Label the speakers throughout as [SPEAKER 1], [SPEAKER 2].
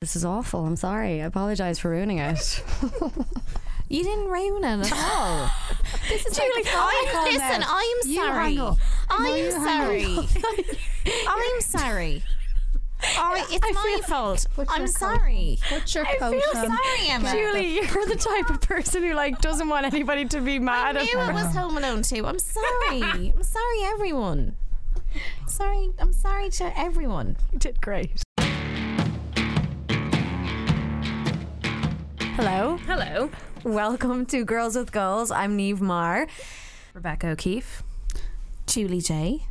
[SPEAKER 1] This is awful. I'm sorry. I apologize for ruining it.
[SPEAKER 2] You didn't ruin it at all. this is like the phone call
[SPEAKER 3] "Oh, Listen,
[SPEAKER 2] now.
[SPEAKER 3] I'm
[SPEAKER 2] You
[SPEAKER 3] sorry.
[SPEAKER 2] hang up.
[SPEAKER 3] I'm sorry. I'm sorry. All right, it's my fault.
[SPEAKER 4] What's
[SPEAKER 3] I'm
[SPEAKER 4] your
[SPEAKER 3] sorry.
[SPEAKER 4] What's your
[SPEAKER 3] I
[SPEAKER 4] coat
[SPEAKER 3] feel
[SPEAKER 4] on?
[SPEAKER 3] sorry, Emma.
[SPEAKER 1] Julie, you're the type of person who like doesn't want anybody to be
[SPEAKER 3] I
[SPEAKER 1] mad at
[SPEAKER 3] knew it
[SPEAKER 1] her.
[SPEAKER 3] was Home Alone too. I'm sorry. I'm sorry, everyone. Sorry, I'm sorry to everyone.
[SPEAKER 1] You did great.
[SPEAKER 2] Hello.
[SPEAKER 5] Hello.
[SPEAKER 2] Welcome to Girls with Goals. I'm Neve Marr.
[SPEAKER 5] Rebecca O'Keefe.
[SPEAKER 3] Julie J.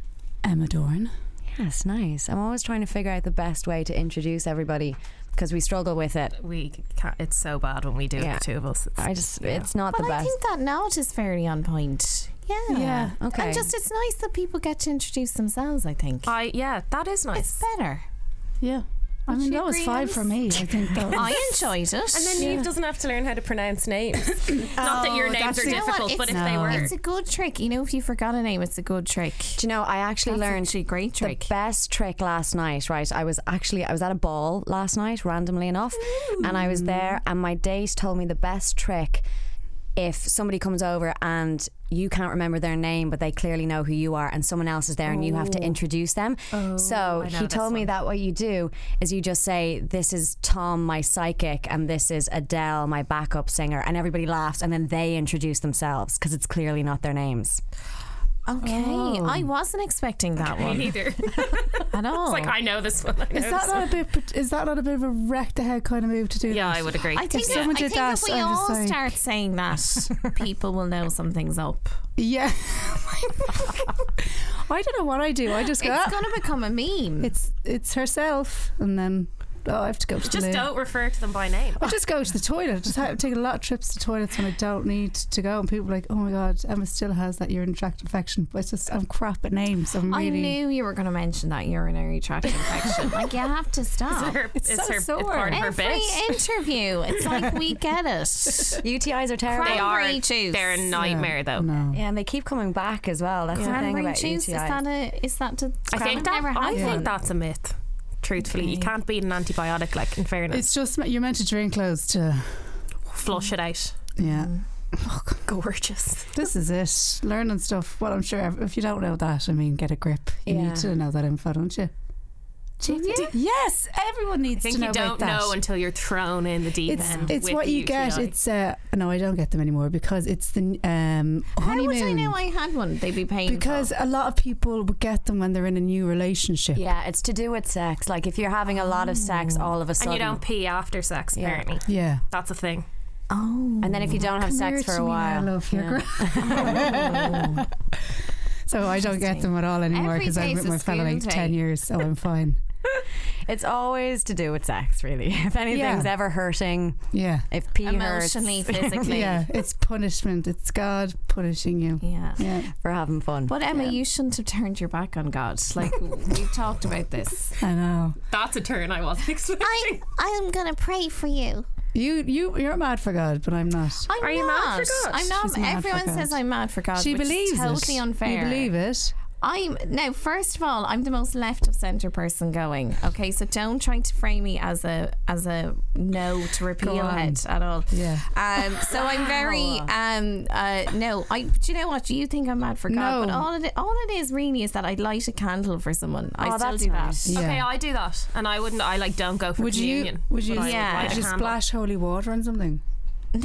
[SPEAKER 4] Emma Dorn.
[SPEAKER 1] Yes, nice. I'm always trying to figure out the best way to introduce everybody because we struggle with it.
[SPEAKER 5] We can't, it's so bad when we do
[SPEAKER 1] Yeah.
[SPEAKER 5] it, the two of us. It's,
[SPEAKER 1] I just, it's not
[SPEAKER 3] But
[SPEAKER 1] the
[SPEAKER 3] I
[SPEAKER 1] best.
[SPEAKER 3] think that knowledge is fairly on point. Yeah.
[SPEAKER 5] Yeah.
[SPEAKER 1] Okay.
[SPEAKER 3] And just it's nice that people get to introduce themselves, I think.
[SPEAKER 5] I yeah, that is nice.
[SPEAKER 3] It's better.
[SPEAKER 4] Yeah. I mean,
[SPEAKER 5] she
[SPEAKER 4] that was five for me. I think that was.
[SPEAKER 3] I enjoyed it.
[SPEAKER 5] and then Neve doesn't have to learn how to pronounce names. Not that
[SPEAKER 1] Oh,
[SPEAKER 5] your names are
[SPEAKER 3] You know what?
[SPEAKER 5] difficult, but if
[SPEAKER 3] It's-
[SPEAKER 5] they
[SPEAKER 4] No.
[SPEAKER 5] were,
[SPEAKER 3] It's a good trick. You know, if you forgot a name, it's a good trick.
[SPEAKER 1] Do you know, I actually learned
[SPEAKER 3] actually a great trick.
[SPEAKER 1] the best trick last night, right? I was actually I was at a ball last night, randomly enough, and I was there and my date told me the best trick if somebody comes over and you can't remember their name but they clearly know who you are and someone else is there and you have to introduce them. so
[SPEAKER 5] I know
[SPEAKER 1] he
[SPEAKER 5] this
[SPEAKER 1] told me
[SPEAKER 5] one.
[SPEAKER 1] that what you do is you just say this is Tom my psychic and this is Adele my backup singer and everybody laughs and then they introduce themselves cuz it's clearly not their names.
[SPEAKER 3] Okay, I wasn't expecting that one
[SPEAKER 5] neither. it's
[SPEAKER 3] at all.
[SPEAKER 5] like I know this one. I know
[SPEAKER 4] Is that
[SPEAKER 5] this
[SPEAKER 4] not a bit? Is that not a bit of a wreck the head kind of move to do?
[SPEAKER 5] one. Yeah,
[SPEAKER 4] that?
[SPEAKER 5] I would agree.
[SPEAKER 3] I think,
[SPEAKER 4] someone
[SPEAKER 3] I
[SPEAKER 4] did
[SPEAKER 3] think
[SPEAKER 4] that,
[SPEAKER 3] if we
[SPEAKER 4] I was
[SPEAKER 3] all
[SPEAKER 4] saying-
[SPEAKER 3] start saying that, people will know something's up.
[SPEAKER 4] Yeah. I don't know what I do. I just go.
[SPEAKER 3] It's
[SPEAKER 4] "Ah,
[SPEAKER 3] going to become a meme.
[SPEAKER 4] It's it's herself, and then oh, I have to go to the
[SPEAKER 5] Just
[SPEAKER 4] loo.
[SPEAKER 5] don't refer to them by name.
[SPEAKER 4] I just go to the toilet. I just have taken a lot of trips to toilets when I don't need to go, and people are like, "Oh my god, Emma still has that urinary tract infection." But it's just I'm crap at names. I'm
[SPEAKER 3] I
[SPEAKER 4] really.
[SPEAKER 3] knew you were going to mention that urinary tract infection. like, you have to stop.
[SPEAKER 5] Her, it's,
[SPEAKER 4] so
[SPEAKER 5] her
[SPEAKER 4] sore.
[SPEAKER 5] it's part of her
[SPEAKER 3] Every
[SPEAKER 5] bit.
[SPEAKER 3] interview, it's like we get it.
[SPEAKER 1] UTIs are terrible.
[SPEAKER 5] They are.
[SPEAKER 3] Cranberry juice.
[SPEAKER 5] They're a nightmare though.
[SPEAKER 4] No.
[SPEAKER 1] Yeah, and they keep coming back as well. That's the thing
[SPEAKER 3] Cranberry
[SPEAKER 1] about
[SPEAKER 3] juice is
[SPEAKER 1] UTIs.
[SPEAKER 3] that a is that a
[SPEAKER 5] I think that
[SPEAKER 3] never
[SPEAKER 5] I
[SPEAKER 3] had
[SPEAKER 5] think
[SPEAKER 3] one.
[SPEAKER 5] that's a myth. Truthfully, you can't beat an antibiotic. Like in fairness,
[SPEAKER 4] It's just me- you're meant to drink loads to.
[SPEAKER 5] flush it out.
[SPEAKER 4] Yeah.
[SPEAKER 5] Gorgeous.
[SPEAKER 4] This is it. Learning stuff. Well, I'm sure ev- if you don't know that, I mean, get a grip. You
[SPEAKER 1] Yeah.
[SPEAKER 4] need to know that info, don't you? Yes, everyone needs
[SPEAKER 5] I think
[SPEAKER 4] to know
[SPEAKER 5] you
[SPEAKER 4] about
[SPEAKER 5] don't
[SPEAKER 4] that.
[SPEAKER 5] know until you're thrown in the deep
[SPEAKER 4] it's
[SPEAKER 5] end.
[SPEAKER 4] it's
[SPEAKER 5] with
[SPEAKER 4] what
[SPEAKER 5] the
[SPEAKER 4] you get.
[SPEAKER 5] UTI.
[SPEAKER 4] It's uh, no, I don't get them anymore because it's the um,
[SPEAKER 3] How
[SPEAKER 4] honeymoon.
[SPEAKER 3] would I know I had one? They'd be paying
[SPEAKER 4] because a lot of people would get them when they're in a new relationship.
[SPEAKER 1] Yeah, it's to do with sex. Like if you're having a lot of sex all of a
[SPEAKER 5] and
[SPEAKER 1] sudden.
[SPEAKER 5] you don't pee after sex.
[SPEAKER 1] Yeah.
[SPEAKER 5] Apparently,
[SPEAKER 4] Yeah.
[SPEAKER 5] that's a thing.
[SPEAKER 3] Oh,
[SPEAKER 1] And then if you don't have
[SPEAKER 4] Come
[SPEAKER 1] sex
[SPEAKER 4] here
[SPEAKER 1] for
[SPEAKER 4] to
[SPEAKER 1] a
[SPEAKER 4] me, my
[SPEAKER 1] while.
[SPEAKER 4] love,
[SPEAKER 1] Yeah.
[SPEAKER 4] you're So I don't get them at all anymore
[SPEAKER 3] Every
[SPEAKER 4] because I've
[SPEAKER 3] day's
[SPEAKER 4] been with
[SPEAKER 3] a
[SPEAKER 4] my fella like
[SPEAKER 3] school day.
[SPEAKER 4] 10 years, so I'm fine.
[SPEAKER 1] It's always to do with sex, really. If anything's
[SPEAKER 4] Yeah.
[SPEAKER 1] ever hurting,
[SPEAKER 4] Yeah.
[SPEAKER 1] if pee hurts,
[SPEAKER 3] emotionally, physically.
[SPEAKER 4] Yeah, it's punishment. It's God punishing you.
[SPEAKER 3] Yeah.
[SPEAKER 4] Yeah.
[SPEAKER 1] for having fun.
[SPEAKER 3] But Emma, you shouldn't have turned your back on God. Like we've talked about this.
[SPEAKER 4] I know.
[SPEAKER 5] That's a turn I wasn't expecting.
[SPEAKER 3] I I'm gonna pray for you.
[SPEAKER 4] You you you're mad for God, but I'm not.
[SPEAKER 3] I'm
[SPEAKER 5] Are you mad
[SPEAKER 3] not.
[SPEAKER 5] for God?
[SPEAKER 3] I'm not.
[SPEAKER 4] She's mad for
[SPEAKER 3] Everyone
[SPEAKER 4] God.
[SPEAKER 3] says I'm mad for Oh God.
[SPEAKER 4] she
[SPEAKER 3] which is
[SPEAKER 4] believes it.
[SPEAKER 3] totally unfair.
[SPEAKER 4] You believe it.
[SPEAKER 3] I'm now. First of all, I'm the most left of center person going. Okay, so don't try to frame me as a as a no to repeal
[SPEAKER 4] on.
[SPEAKER 3] head at all.
[SPEAKER 4] Yeah.
[SPEAKER 3] Um, so I'm very um, uh, no. I do you know what? You think I'm mad for God?
[SPEAKER 4] No.
[SPEAKER 3] But all it all it is really is that I light a candle for someone. I
[SPEAKER 1] Oh,
[SPEAKER 3] still
[SPEAKER 1] that's
[SPEAKER 3] do
[SPEAKER 1] nice.
[SPEAKER 3] that.
[SPEAKER 4] Yeah.
[SPEAKER 5] Okay, I do that, and I wouldn't. I like don't go for
[SPEAKER 4] Would
[SPEAKER 5] communion.
[SPEAKER 4] you would you
[SPEAKER 5] but I
[SPEAKER 3] Yeah.
[SPEAKER 5] light
[SPEAKER 4] would
[SPEAKER 5] a
[SPEAKER 4] you
[SPEAKER 5] candle.
[SPEAKER 4] splash holy water on something?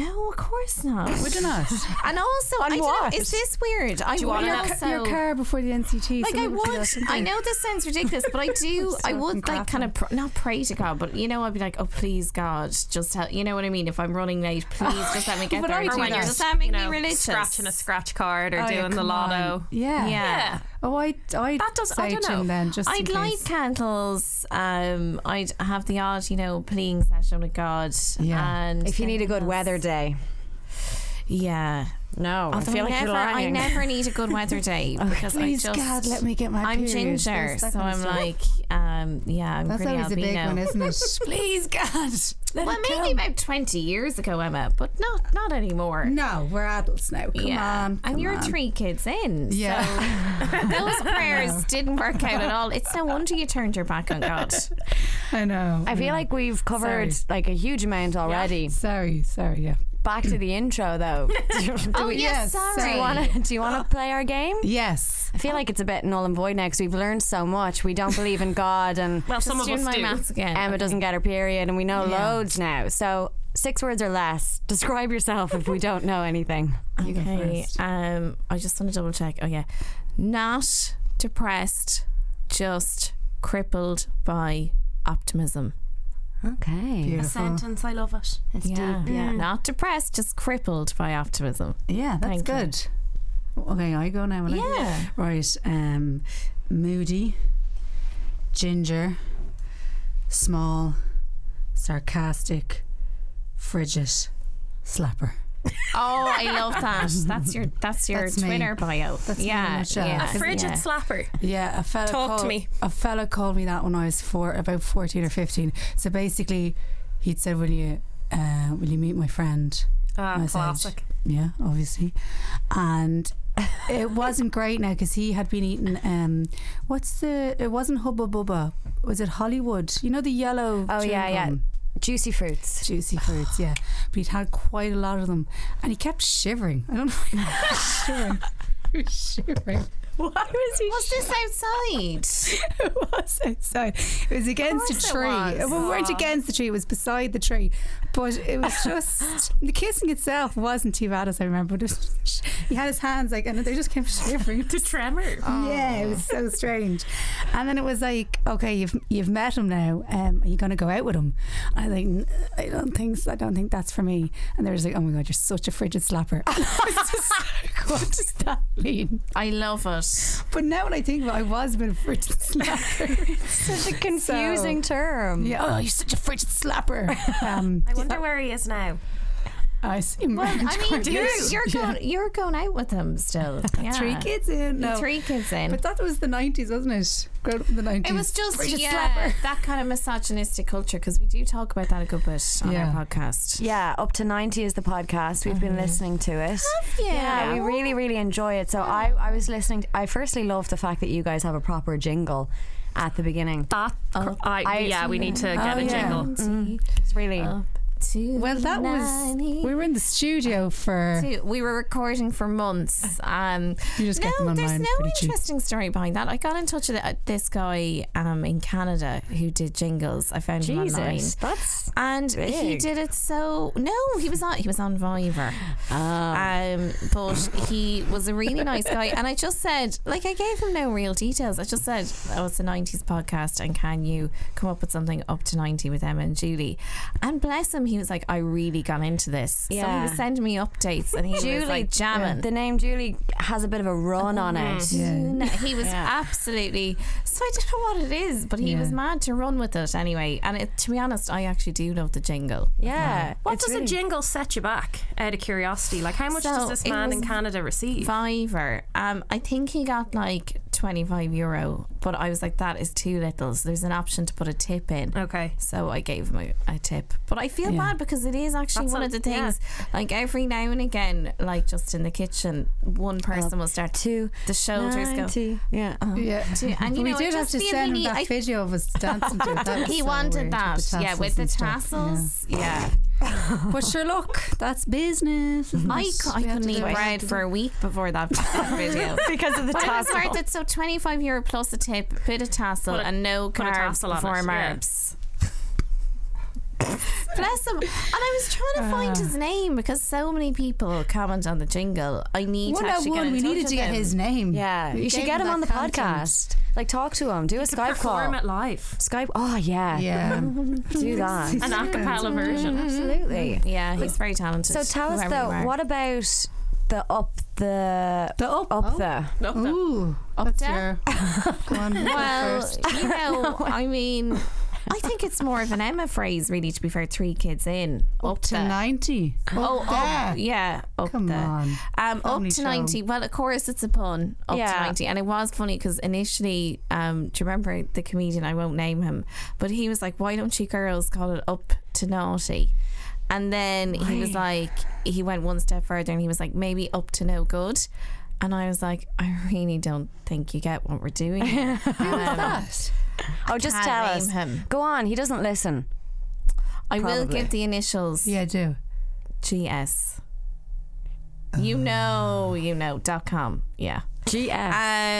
[SPEAKER 3] No, of course not.
[SPEAKER 4] Would you not?
[SPEAKER 3] and also, I don't
[SPEAKER 1] what?
[SPEAKER 3] know, is this weird? I
[SPEAKER 5] you
[SPEAKER 3] would
[SPEAKER 5] want
[SPEAKER 4] your,
[SPEAKER 5] to
[SPEAKER 4] ca-
[SPEAKER 3] also,
[SPEAKER 4] your car before the NCT.
[SPEAKER 3] like I
[SPEAKER 4] someone do
[SPEAKER 3] would.
[SPEAKER 4] that, didn't
[SPEAKER 3] I
[SPEAKER 4] they?
[SPEAKER 3] know this sounds ridiculous, but I do. I would like kind of pr- not pray to God, but you know, I'd be like, oh please, God, just help. You know what I mean? If I'm running late, please just let me get
[SPEAKER 4] But
[SPEAKER 3] there.
[SPEAKER 4] I
[SPEAKER 3] in
[SPEAKER 4] do
[SPEAKER 5] Or
[SPEAKER 3] time.
[SPEAKER 5] when
[SPEAKER 4] that.
[SPEAKER 5] you're
[SPEAKER 3] does that make
[SPEAKER 5] you know,
[SPEAKER 3] me religious?
[SPEAKER 5] Scratching a scratch card or
[SPEAKER 4] Oh, yeah,
[SPEAKER 5] doing the
[SPEAKER 4] come on.
[SPEAKER 5] lotto.
[SPEAKER 4] Yeah.
[SPEAKER 3] yeah.
[SPEAKER 4] Oh, I I
[SPEAKER 5] That does- I
[SPEAKER 4] say
[SPEAKER 5] don't
[SPEAKER 4] to
[SPEAKER 5] know.
[SPEAKER 4] him then just in
[SPEAKER 3] I'd
[SPEAKER 4] case.
[SPEAKER 3] light candles. Um, I'd have the odd, you know, playing session with God.
[SPEAKER 4] Yeah.
[SPEAKER 3] And
[SPEAKER 1] if you need a good weather day,
[SPEAKER 3] yeah.
[SPEAKER 1] no, Oh, I
[SPEAKER 3] Although
[SPEAKER 1] feel like
[SPEAKER 3] never,
[SPEAKER 1] you're
[SPEAKER 3] I
[SPEAKER 1] lying.
[SPEAKER 3] never need a good weather day because
[SPEAKER 4] Please,
[SPEAKER 3] I just.
[SPEAKER 4] God, let me get my.
[SPEAKER 3] I'm
[SPEAKER 4] period.
[SPEAKER 3] ginger,
[SPEAKER 4] There's that
[SPEAKER 3] so
[SPEAKER 4] kind of
[SPEAKER 3] I'm
[SPEAKER 4] stuff.
[SPEAKER 3] like, um, yeah, I'm
[SPEAKER 4] That's
[SPEAKER 3] pretty
[SPEAKER 4] always a
[SPEAKER 3] albino.
[SPEAKER 4] big one, isn't it? Please, God. Let
[SPEAKER 3] well,
[SPEAKER 4] it
[SPEAKER 3] maybe
[SPEAKER 4] come.
[SPEAKER 3] about 20 years ago, Emma, but not not anymore.
[SPEAKER 4] No, we're adults now. Come
[SPEAKER 3] yeah,
[SPEAKER 4] on. come
[SPEAKER 3] and you're
[SPEAKER 4] on.
[SPEAKER 3] three kids in.
[SPEAKER 4] Yeah.
[SPEAKER 3] so those prayers didn't work out at all. It's no wonder you turned your back on God.
[SPEAKER 4] I know.
[SPEAKER 1] I feel like we've covered like a huge amount already.
[SPEAKER 4] Sorry, sorry, yeah.
[SPEAKER 1] Back to the intro though. do,
[SPEAKER 3] Oh,
[SPEAKER 1] we-
[SPEAKER 3] yes,
[SPEAKER 4] yes,
[SPEAKER 1] do
[SPEAKER 3] sorry.
[SPEAKER 1] you want to do you want to play our game?
[SPEAKER 4] Yes.
[SPEAKER 1] I feel like it's a bit null and void now because we've learned so much. We don't believe in God, and
[SPEAKER 5] Well, some
[SPEAKER 3] Just
[SPEAKER 5] of
[SPEAKER 3] doing
[SPEAKER 5] us
[SPEAKER 3] my
[SPEAKER 5] do.
[SPEAKER 3] maths again.
[SPEAKER 1] Emma doesn't get her period, and we know
[SPEAKER 4] Yeah.
[SPEAKER 1] loads now. So six words or less. Describe yourself if we don't know anything.
[SPEAKER 4] You go
[SPEAKER 3] Okay.
[SPEAKER 4] first.
[SPEAKER 3] Um, I just want to double check. Oh yeah, not depressed, just crippled by optimism.
[SPEAKER 1] Okay.
[SPEAKER 5] A
[SPEAKER 4] Beautiful.
[SPEAKER 5] sentence, I love it.
[SPEAKER 1] That's
[SPEAKER 3] yeah,
[SPEAKER 1] deep.
[SPEAKER 3] yeah.
[SPEAKER 5] Mm.
[SPEAKER 3] Not depressed, just crippled by optimism.
[SPEAKER 4] Yeah, that's
[SPEAKER 3] Thank you.
[SPEAKER 4] good. Okay, I go now. will I?
[SPEAKER 3] Yeah.
[SPEAKER 4] Right. Um, moody, ginger, small, sarcastic, frigid, slapper.
[SPEAKER 3] Oh, I love that. That's your that's your
[SPEAKER 4] That's me.
[SPEAKER 3] Twitter bio.
[SPEAKER 4] That's me in a
[SPEAKER 3] yeah,
[SPEAKER 4] nutshell.
[SPEAKER 5] A
[SPEAKER 3] yeah,
[SPEAKER 5] frigid slapper.
[SPEAKER 4] Yeah, a fella
[SPEAKER 5] Talk to
[SPEAKER 4] called,
[SPEAKER 5] me.
[SPEAKER 4] A fella called me that when I was four, about fourteen or fifteen. So basically, he'd said, "Will you, uh, will you meet my friend?"
[SPEAKER 5] Ah,
[SPEAKER 4] Nice
[SPEAKER 5] classic.
[SPEAKER 4] Yeah, obviously, and it wasn't great now because he had been eating. Um, what's the? It wasn't Hubba Bubba. Was it Hollywood? You know the yellow.
[SPEAKER 1] Oh, yeah,
[SPEAKER 4] chewing
[SPEAKER 1] yeah.
[SPEAKER 4] gum?
[SPEAKER 1] Juicy fruits.
[SPEAKER 4] Juicy fruits, yeah. But he'd had quite a lot of them, and he kept shivering. I don't know. Why he was shivering. He was shivering.
[SPEAKER 3] What's this outside?
[SPEAKER 4] it was outside. It was against
[SPEAKER 3] course
[SPEAKER 4] a
[SPEAKER 3] it
[SPEAKER 4] tree.
[SPEAKER 3] was.
[SPEAKER 4] We weren't against the tree. It was beside the tree. But it was just the kissing itself wasn't too bad as I remember. But it was just, he had his hands like, and they just kept shivering.
[SPEAKER 5] The tremor.
[SPEAKER 4] Yeah, it was
[SPEAKER 3] Oh.
[SPEAKER 4] so strange. And then it was like, okay, you've you've met him now. Um, are you going to go out with him? I was like, "N- I don't think so. I don't think that's for me. And they were just like, oh my god, you're such a frigid slapper. And I was just like, what does that mean?
[SPEAKER 3] I love it.
[SPEAKER 4] But now when I think about, it, I was a bit of a frigid slapper.
[SPEAKER 1] Such a confusing term.
[SPEAKER 4] yeah, oh, you're such a frigid slapper. Um,
[SPEAKER 5] I wonder where he is now.
[SPEAKER 4] I see.
[SPEAKER 3] Well, I mean, you're you're
[SPEAKER 4] yeah.
[SPEAKER 3] going you're going out with them still. Yeah.
[SPEAKER 4] three kids in. No.
[SPEAKER 3] Three kids in.
[SPEAKER 4] But that was the 90s, wasn't it? Grown up in the 90s.
[SPEAKER 3] It was just
[SPEAKER 4] Frigid
[SPEAKER 3] yeah,
[SPEAKER 4] slapper.
[SPEAKER 3] that kind of misogynistic culture because we do talk about that a good bit on
[SPEAKER 4] Yeah.
[SPEAKER 3] our podcast.
[SPEAKER 1] Yeah, up to 90 is the podcast. We've been listening to it. Mm-hmm. Yeah, we really, really enjoy it. So I, I was listening. To, I firstly love the fact that you guys have a proper jingle at the beginning.
[SPEAKER 5] That.
[SPEAKER 3] Oh.
[SPEAKER 5] I,
[SPEAKER 1] I-
[SPEAKER 5] yeah, we need to
[SPEAKER 3] Oh,
[SPEAKER 5] get a
[SPEAKER 4] yeah.
[SPEAKER 5] jingle.
[SPEAKER 1] It's really.
[SPEAKER 3] Up to
[SPEAKER 4] Well, that was.
[SPEAKER 3] 90.
[SPEAKER 4] We were in the studio for.
[SPEAKER 3] Two. we were recording for months. Um,
[SPEAKER 4] You just get them
[SPEAKER 3] no, there's
[SPEAKER 4] online.
[SPEAKER 3] no
[SPEAKER 4] pretty cheap.
[SPEAKER 3] interesting story behind that. I got in touch with uh, this guy um, in Canada who did jingles. I found him online.
[SPEAKER 1] Jesus, that's
[SPEAKER 3] And he
[SPEAKER 1] Big.
[SPEAKER 3] did it so no, he was on he was on Viver. Um, but he was a really nice guy, and I just said, like, I gave him no real details. I just said, "Oh, it's a '90s podcast, and can you come up with something up to '90 with Emma and Julie?" And bless him, he was like, "I really got into this." So he
[SPEAKER 1] Yeah.
[SPEAKER 3] was sending me updates, and he was like jamming.
[SPEAKER 1] The name Julie has a bit of a run on it.
[SPEAKER 3] No, he was absolutely so I don't know what it is, but he
[SPEAKER 4] Yeah.
[SPEAKER 3] was mad to run with it anyway. And it, to be honest, I actually do love the jingle.
[SPEAKER 1] Yeah.
[SPEAKER 5] What
[SPEAKER 1] it's
[SPEAKER 5] does
[SPEAKER 1] really-
[SPEAKER 5] a jingle set you back? Out of curiosity, like how much
[SPEAKER 3] So,
[SPEAKER 5] does this
[SPEAKER 3] it
[SPEAKER 5] man in
[SPEAKER 3] was
[SPEAKER 5] Canada receive?
[SPEAKER 3] Fiver. Um, I think he got like 25 euro, but I was like, that is too little. So there's an option to put a tip in.
[SPEAKER 5] Okay.
[SPEAKER 3] So I gave him a, a tip. But I feel
[SPEAKER 4] Yeah.
[SPEAKER 3] bad because it is actually
[SPEAKER 5] That's
[SPEAKER 3] one
[SPEAKER 5] a-
[SPEAKER 3] of the things, like every now and again, like just in the kitchen, one person will start to,
[SPEAKER 1] Two
[SPEAKER 3] the shoulders go.
[SPEAKER 1] ninety. Yeah. Uh-huh.
[SPEAKER 4] Yeah.
[SPEAKER 3] to- and you
[SPEAKER 4] we
[SPEAKER 3] know, I
[SPEAKER 4] did have
[SPEAKER 3] just
[SPEAKER 4] to
[SPEAKER 3] feel
[SPEAKER 4] send
[SPEAKER 3] we
[SPEAKER 4] him
[SPEAKER 3] need-
[SPEAKER 4] that
[SPEAKER 3] I
[SPEAKER 4] video of us dancing to it. That was
[SPEAKER 3] He
[SPEAKER 4] so
[SPEAKER 3] wanted
[SPEAKER 4] weird,
[SPEAKER 3] that,
[SPEAKER 4] with the
[SPEAKER 3] yeah, with the
[SPEAKER 4] and stuff,
[SPEAKER 3] tassels, yeah.
[SPEAKER 4] yeah. But sure, look, that's business.
[SPEAKER 3] I, cou- I couldn't eat bread for a week before that video.
[SPEAKER 5] Because of the
[SPEAKER 3] But I was worth it. So 25 euro plus a tip, bit of tassel,
[SPEAKER 5] Put a-
[SPEAKER 3] and no
[SPEAKER 5] put a
[SPEAKER 3] carbs
[SPEAKER 5] tassel on
[SPEAKER 3] before
[SPEAKER 5] it, yeah.
[SPEAKER 3] marbs. Bless him. And I was trying to find his name because so many people comment on the jingle. I need
[SPEAKER 4] One
[SPEAKER 3] to
[SPEAKER 4] at
[SPEAKER 3] actually get
[SPEAKER 4] one,
[SPEAKER 3] in
[SPEAKER 4] we
[SPEAKER 3] touch
[SPEAKER 4] needed
[SPEAKER 3] with
[SPEAKER 4] to get
[SPEAKER 3] him.
[SPEAKER 4] his name.
[SPEAKER 1] Yeah.
[SPEAKER 4] We
[SPEAKER 1] You should
[SPEAKER 4] gave
[SPEAKER 1] get him
[SPEAKER 4] that
[SPEAKER 1] on the
[SPEAKER 4] content.
[SPEAKER 1] podcast. Like talk to him. Do a Skype
[SPEAKER 5] Perform
[SPEAKER 1] call.
[SPEAKER 5] it live.
[SPEAKER 1] Skype. Oh yeah.
[SPEAKER 4] Yeah.
[SPEAKER 1] Do that.
[SPEAKER 5] An a cappella version.
[SPEAKER 1] Absolutely.
[SPEAKER 3] Mm, Yeah, he's very talented.
[SPEAKER 1] So tell us
[SPEAKER 3] whoever you
[SPEAKER 1] though,
[SPEAKER 3] are.
[SPEAKER 1] what about the up the
[SPEAKER 4] The up.
[SPEAKER 1] up the
[SPEAKER 3] Mm-hmm.
[SPEAKER 5] Love that.
[SPEAKER 4] Ooh.
[SPEAKER 3] Up
[SPEAKER 4] that's
[SPEAKER 3] there?
[SPEAKER 4] your- Go on. you go
[SPEAKER 3] Well,
[SPEAKER 4] first.
[SPEAKER 3] you know, I mean, I think it's more of an Emma phrase, really. To be fair, three kids in up,
[SPEAKER 4] Up to
[SPEAKER 3] the-
[SPEAKER 4] 90.
[SPEAKER 3] Oh,
[SPEAKER 4] Up
[SPEAKER 3] up,
[SPEAKER 4] there.
[SPEAKER 3] yeah, up
[SPEAKER 4] Come
[SPEAKER 3] the-
[SPEAKER 4] on.
[SPEAKER 3] Um, up
[SPEAKER 4] Family
[SPEAKER 3] to
[SPEAKER 4] show.
[SPEAKER 3] 90. Well, of course, it's a pun. Up
[SPEAKER 1] Yeah.
[SPEAKER 3] to 90. And it was funny because initially, um, do you remember the comedian? I won't name him, but he was like, why don't you girls call it up to naughty? And then he was like, he went one step further and he was like, maybe up to no good. And I was like, I really don't think you get what we're doing. Who
[SPEAKER 4] That.
[SPEAKER 1] Oh, just
[SPEAKER 3] Can't
[SPEAKER 1] tell
[SPEAKER 3] name
[SPEAKER 1] us.
[SPEAKER 3] him.
[SPEAKER 1] Go on. He doesn't listen.
[SPEAKER 3] I will
[SPEAKER 1] Probably.
[SPEAKER 3] give the initials.
[SPEAKER 4] Yeah, do.
[SPEAKER 3] GS. You know, you know. Dot com. Yeah.
[SPEAKER 1] GF.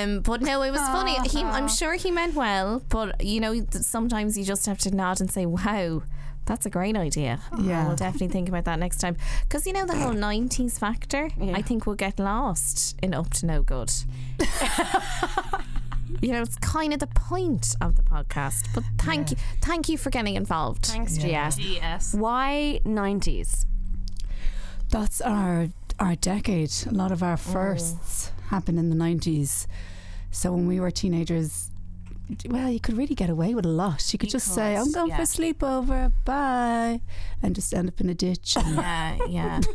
[SPEAKER 3] Um, but no, it was funny. He, I'm sure he meant well, but you know, th- sometimes you just have to nod and say, "Wow, that's a great idea."
[SPEAKER 4] Yeah.
[SPEAKER 3] we'll definitely think about that next time. Because you know the whole '90s factor. I think we'll get lost in up to no good. you know, it's kind of the point of the podcast. But thank you, thank you for getting involved.
[SPEAKER 1] Thanks, GS.
[SPEAKER 5] Yes.
[SPEAKER 1] Why 90s?
[SPEAKER 4] That's our our decade. A lot of our firsts happened in the nineties. So when we were teenagers, well, you could really get away with a lot. You could just say, "I'm going for a sleepover, bye," and just end up in a ditch. And
[SPEAKER 3] Yeah, yeah.
[SPEAKER 4] it